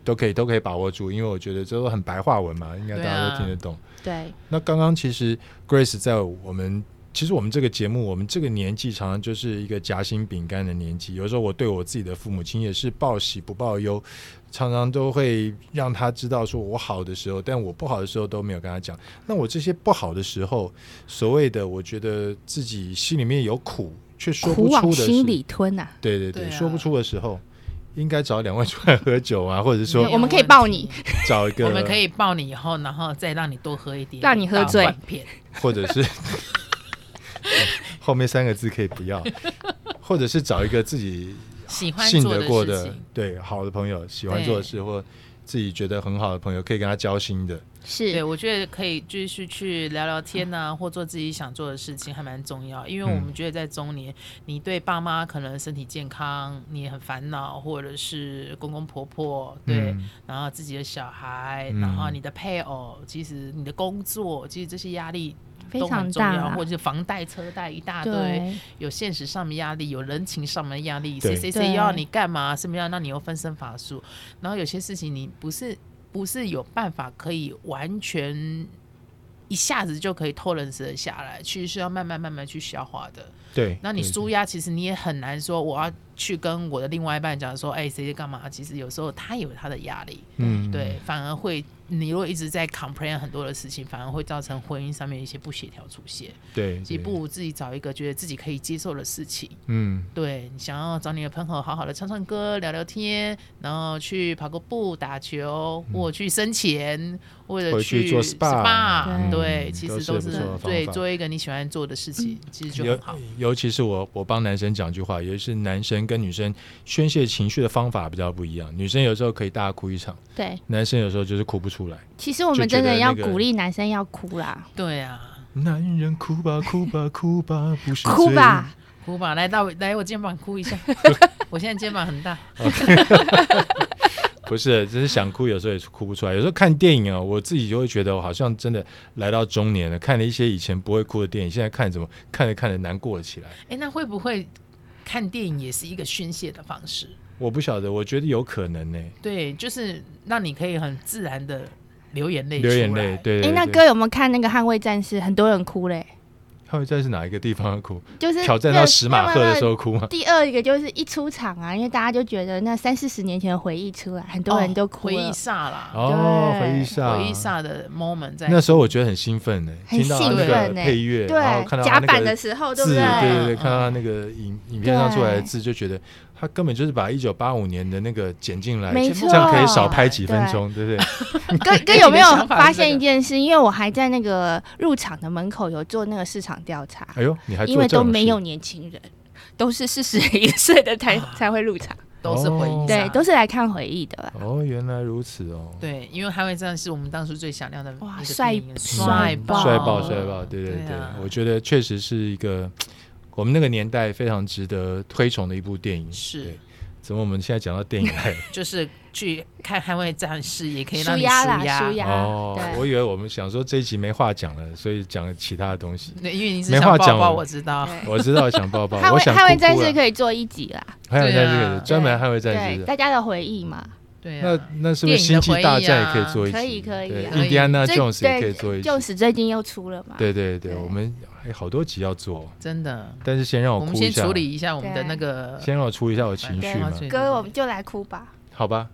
Speaker 1: 都可以，都可以把握住，因为我觉得这都很白话文嘛，应该大
Speaker 2: 对啊
Speaker 1: 家都听得懂。
Speaker 4: 对
Speaker 1: 那刚刚其实 Grace 在我们。其实我们这个节目，我们这个年纪常常就是一个夹心饼干的年纪。有时候我对我自己的父母亲也是报喜不报忧，常常都会让他知道说我好的时候，但我不好的时候都没有跟他讲。那我这些不好的时候，所谓的我觉得自己心里面有苦却说不
Speaker 4: 苦
Speaker 1: 出
Speaker 4: 往
Speaker 1: 的时
Speaker 4: 心里吞呐。
Speaker 1: 对对对，
Speaker 2: 对啊
Speaker 1: 说不出的时候，应该找两位出来喝酒啊， 或者说
Speaker 2: 没有
Speaker 4: 我们可以
Speaker 2: 问
Speaker 4: 抱
Speaker 2: 题
Speaker 4: 你，
Speaker 1: 找一个，
Speaker 2: 我们可以抱你以后，然后再让你多喝一点，
Speaker 4: 让你喝醉
Speaker 2: 大碗片
Speaker 1: 或者是 后面三个字可以不 要，或者是找一个自己
Speaker 2: 喜欢
Speaker 1: 信
Speaker 2: 做
Speaker 1: 得过
Speaker 2: 事
Speaker 1: 的
Speaker 2: 情，，
Speaker 1: 对好的朋友，喜欢
Speaker 2: 对
Speaker 1: 做的事或自己觉得很好的朋友，可以跟他交心的。
Speaker 2: 对
Speaker 4: 是，嗯
Speaker 2: 我觉得可以继续去聊聊天呐、或做自己想做的事情，还蛮重要。因为我们觉得在中年，你对爸妈可能身体健康，你很烦恼，或者是公公婆婆，对，
Speaker 1: 嗯
Speaker 2: 然后自己的小孩，
Speaker 1: 嗯
Speaker 2: 然后你的配偶，其实你的工作，其实这些压力
Speaker 4: 非
Speaker 2: 都很
Speaker 4: 常
Speaker 2: 重
Speaker 4: 大
Speaker 2: 要，
Speaker 4: 啦
Speaker 2: 或。者是房贷、车贷一大堆。
Speaker 4: 对，
Speaker 2: 有现实上面压力，有人情上面的压力，
Speaker 1: 对
Speaker 2: 谁谁
Speaker 4: 对
Speaker 2: 谁要你干嘛，什么样，那你又分身乏术。然后有些事情你不是不是有办法可以完全一下子就可以偷人的下来，其实是要慢慢慢慢去消化的。
Speaker 1: 对，
Speaker 2: 那你
Speaker 1: 对
Speaker 2: 舒压，其实你也很难说我要去跟我的另外一半讲说，哎、谁谁干嘛？其实有时候他也有他的压力，
Speaker 1: 嗯，
Speaker 2: 对，反而会你如果一直在 complain 很多的事情，反而会造成婚姻上面一些不协调出现。
Speaker 1: 对，
Speaker 2: 其
Speaker 1: 对
Speaker 2: 实不如自己找一个觉得自己可以接受的事情。
Speaker 1: 嗯，
Speaker 2: 对你想要找你的朋友好好的唱唱歌、聊聊天，然后去跑个步、打球，或去生钱，或
Speaker 1: 嗯
Speaker 2: 者
Speaker 1: 或者去做
Speaker 2: SPA，,
Speaker 1: SPA
Speaker 2: 对，
Speaker 1: 嗯
Speaker 2: 其
Speaker 1: 都
Speaker 2: 实
Speaker 1: 是
Speaker 2: 都
Speaker 1: 不错的方
Speaker 2: 对
Speaker 1: 法
Speaker 2: 做一个你喜欢做的事情，其实就
Speaker 1: 尤
Speaker 2: 很好。
Speaker 1: 尤其是我，我帮男生讲句话，尤其是男生跟女生宣泄情绪的方法比较不一样。女生有时候可以大哭一场，
Speaker 4: 对，
Speaker 1: 男生有时候就是哭不出来。
Speaker 4: 其实我
Speaker 1: 就
Speaker 4: 们
Speaker 1: 觉
Speaker 4: 真
Speaker 1: 得
Speaker 4: 的
Speaker 1: 那
Speaker 4: 要
Speaker 1: 个
Speaker 4: 鼓励男生要哭啦，
Speaker 2: 对啊，
Speaker 1: 男人哭吧哭吧 哭吧，不是
Speaker 4: 哭
Speaker 1: 罪
Speaker 4: 吧。
Speaker 2: 哭吧， 来到来我肩膀哭一下，我现在肩膀很大。
Speaker 1: 不是，只是想哭，有时候也哭不出来。有时候看电影啊，我自己就会觉得我好像真的来到中年了，看了一些以前不会哭的电影，现在看怎么看着看着难过了起来。
Speaker 2: 哎，那会不会看电影也是一个宣泄的方式？
Speaker 1: 我不晓得，我觉得有可能呢、
Speaker 2: 对，就是让你可以很自然的流眼泪，
Speaker 1: 流眼泪。。对对对。
Speaker 4: 哎，那哥有没有看那个《捍卫战士》？很多人哭嘞，
Speaker 1: 他们在是哪一个地方哭？
Speaker 4: 就是
Speaker 1: 挑战
Speaker 4: 那
Speaker 1: 到史马赫的时。
Speaker 4: 那那
Speaker 1: 候哭吗？
Speaker 4: 第二个就是一出场啊，因为大家就觉得那三四十年前的回忆出来，很多人都哭
Speaker 2: 哦回忆
Speaker 4: 了。
Speaker 2: 杀啦，
Speaker 1: 哦，
Speaker 4: 对
Speaker 1: 回忆杀，
Speaker 2: 回忆杀的 moment 在
Speaker 1: 那时候我觉得很兴奋呢、
Speaker 4: 很
Speaker 1: 听到那
Speaker 2: 兴
Speaker 1: 个
Speaker 4: 奋欸
Speaker 1: 配乐，然后看
Speaker 4: 对，
Speaker 1: 到
Speaker 4: 甲
Speaker 1: 他那
Speaker 4: 板
Speaker 1: 个
Speaker 4: 的时候，哦对
Speaker 1: 字，
Speaker 4: 不
Speaker 1: 对对
Speaker 2: 嗯
Speaker 1: 看到他那个影影片上出来的字，就觉得他根本就是把一九八五年的那个剪进来，
Speaker 4: 没
Speaker 1: 这样可以
Speaker 4: 错
Speaker 1: 少拍几分钟，对不对？
Speaker 4: 哥 哥
Speaker 2: 你
Speaker 4: 有
Speaker 2: 的
Speaker 4: 没有
Speaker 2: 想法是
Speaker 4: 发
Speaker 2: 这
Speaker 4: 现
Speaker 2: 个
Speaker 4: 一件事？因为我还在那个入场的门口有做那个市场调查，
Speaker 1: 哎呦，你还做
Speaker 4: 因为
Speaker 1: 这
Speaker 4: 都
Speaker 1: 种事
Speaker 4: 没有年轻人，都是四十一岁的才才会入场，
Speaker 2: 都是啊回忆
Speaker 1: 啊哦
Speaker 2: 杀
Speaker 4: 对，都是来看回忆的啦。
Speaker 1: 哦，原来如此哦，
Speaker 2: 对，因为《捍卫战士》是我们当初最响亮的
Speaker 4: 哇
Speaker 2: 一个
Speaker 4: 帅
Speaker 2: 电影
Speaker 1: 嗯
Speaker 2: 帅爆
Speaker 1: 帅
Speaker 2: 帅
Speaker 1: 爆帅爆，对对对
Speaker 2: 啊，
Speaker 1: 我觉得确实是一个我们那个年代非常值得推崇的一部电影。
Speaker 2: 是
Speaker 1: 对，怎么我们现在讲到电影 来了？
Speaker 2: 就是去看《捍卫战士》也可以让
Speaker 4: 舒
Speaker 2: 你
Speaker 4: 压啦，
Speaker 2: 舒
Speaker 4: 舒压，
Speaker 1: 哦，我
Speaker 4: 对，
Speaker 1: 以为我们想说这一集没话讲了，所以讲了其他的东西。
Speaker 2: 对因为你是
Speaker 1: 没
Speaker 2: 想
Speaker 1: 话
Speaker 2: 抱
Speaker 1: 讲
Speaker 2: 抱，
Speaker 1: 了
Speaker 2: 我知道。
Speaker 1: 我知道想抱抱，
Speaker 4: 捍
Speaker 1: 我
Speaker 4: 卫
Speaker 1: 想
Speaker 4: 捍卫
Speaker 1: 哭
Speaker 4: 战
Speaker 1: 哭
Speaker 4: 士
Speaker 1: 了
Speaker 4: 可以做一集啦，
Speaker 1: 捍卫
Speaker 2: 对
Speaker 1: 战士可
Speaker 2: 啊
Speaker 1: 以专门捍卫战士
Speaker 4: 对，
Speaker 1: 的。
Speaker 4: 大家的回忆嘛，
Speaker 2: 对
Speaker 1: 那
Speaker 2: 啊，
Speaker 1: 那是不是星际大战也可以做一集？
Speaker 4: 可以可以
Speaker 1: 对
Speaker 4: 啊，
Speaker 2: 可以
Speaker 1: 印第安纳
Speaker 4: 最
Speaker 1: Jones 也可以
Speaker 4: 对
Speaker 1: 做一集
Speaker 4: 就。是最近又出了嘛，
Speaker 1: 对对对，
Speaker 4: 对
Speaker 1: 我们还好多集要做，
Speaker 2: 真的，
Speaker 1: 但是先让
Speaker 2: 我
Speaker 1: 哭
Speaker 2: 们
Speaker 1: 一
Speaker 2: 先
Speaker 1: 下，
Speaker 2: 处理一下我们的
Speaker 4: 对
Speaker 2: 那个
Speaker 1: 先让我处理一下我情绪嘛
Speaker 2: 对，对
Speaker 4: 哥我们就来哭吧，
Speaker 1: 好吧？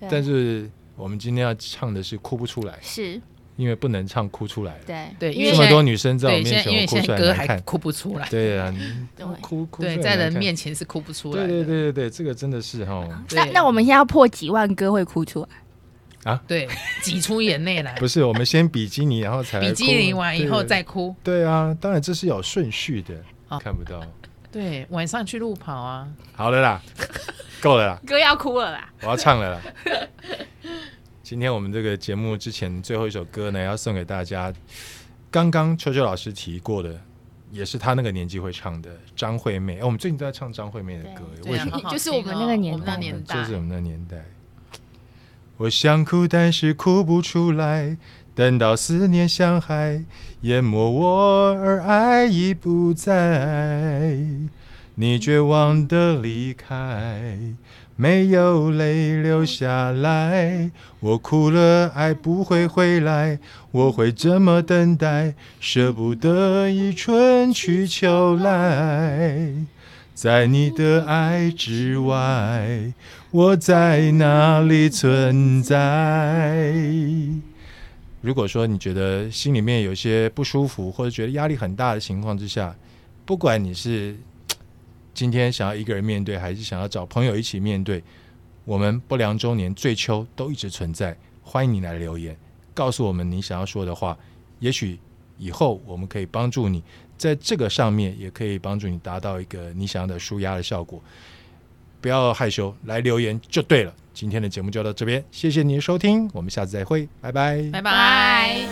Speaker 4: 对，
Speaker 1: 但是我们今天要唱的是哭不出来，
Speaker 4: 是
Speaker 1: 因为不能唱哭出来。
Speaker 4: 对
Speaker 2: 对因为
Speaker 1: 这么多女生在我
Speaker 2: 对，
Speaker 1: 面
Speaker 2: 现在因
Speaker 1: 前，我
Speaker 2: 为
Speaker 1: 哭
Speaker 2: 现
Speaker 1: 出
Speaker 2: 在
Speaker 1: 来
Speaker 2: 哥
Speaker 1: 难
Speaker 2: 还
Speaker 1: 看。
Speaker 2: 哭不出来，
Speaker 1: 对啊，你
Speaker 4: 对
Speaker 1: 哭哭出来
Speaker 2: 对，在人
Speaker 1: 难看
Speaker 2: 面前是哭不出来
Speaker 1: 对对
Speaker 2: 的。
Speaker 1: 对对对，这个真的是哈，
Speaker 2: 对
Speaker 4: 那那我们现在要破几万歌会哭出来，
Speaker 2: 对挤出眼泪来，
Speaker 1: 不是我们先比基尼，然后才来
Speaker 2: 比基尼
Speaker 1: 哭
Speaker 2: 完以
Speaker 1: 对
Speaker 2: 后再哭。
Speaker 1: 对啊，当然这是有顺序的，
Speaker 2: 哦
Speaker 1: 看不到。
Speaker 2: 对，晚上去路跑啊，
Speaker 1: 好了啦，够了啦，
Speaker 4: 哥要哭了啦，
Speaker 1: 我要唱了啦。今天我们这个节目之前最后一首歌呢，要送给大家。刚刚秋秋老师提过的，也是他那个年纪会唱的张惠妹。哎、我们最近都在唱张惠妹的歌，
Speaker 2: 对
Speaker 1: 为
Speaker 2: 啊
Speaker 1: 什么？
Speaker 2: 好好
Speaker 4: 就是
Speaker 2: 听
Speaker 4: 我们
Speaker 2: 哦
Speaker 4: 那个年
Speaker 2: 我们那
Speaker 4: 代
Speaker 2: 年代
Speaker 1: 就是我们的年代。我想哭，但是哭不出来。等到思念像海淹没我，而爱已不在。你绝望的离开，没有泪流下来。我哭了，爱不会回来。我会这么等待，舍不得以春去秋来。在你的爱之外，我在哪里存在？如果说你觉得心里面有一些不舒服，或者觉得压力很大的情况之下，不管你是今天想要一个人面对，还是想要找朋友一起面对，我们不良周年最秋都一直存在。欢迎你来留言，告诉我们你想要说的话，也许以后我们可以帮助你，在这个上面也可以帮助你达到一个你想要的舒压的效果。不要害羞，来留言就对了。今天的节目就到这边，谢谢您的收听，我们下次再会，拜拜
Speaker 2: 拜拜。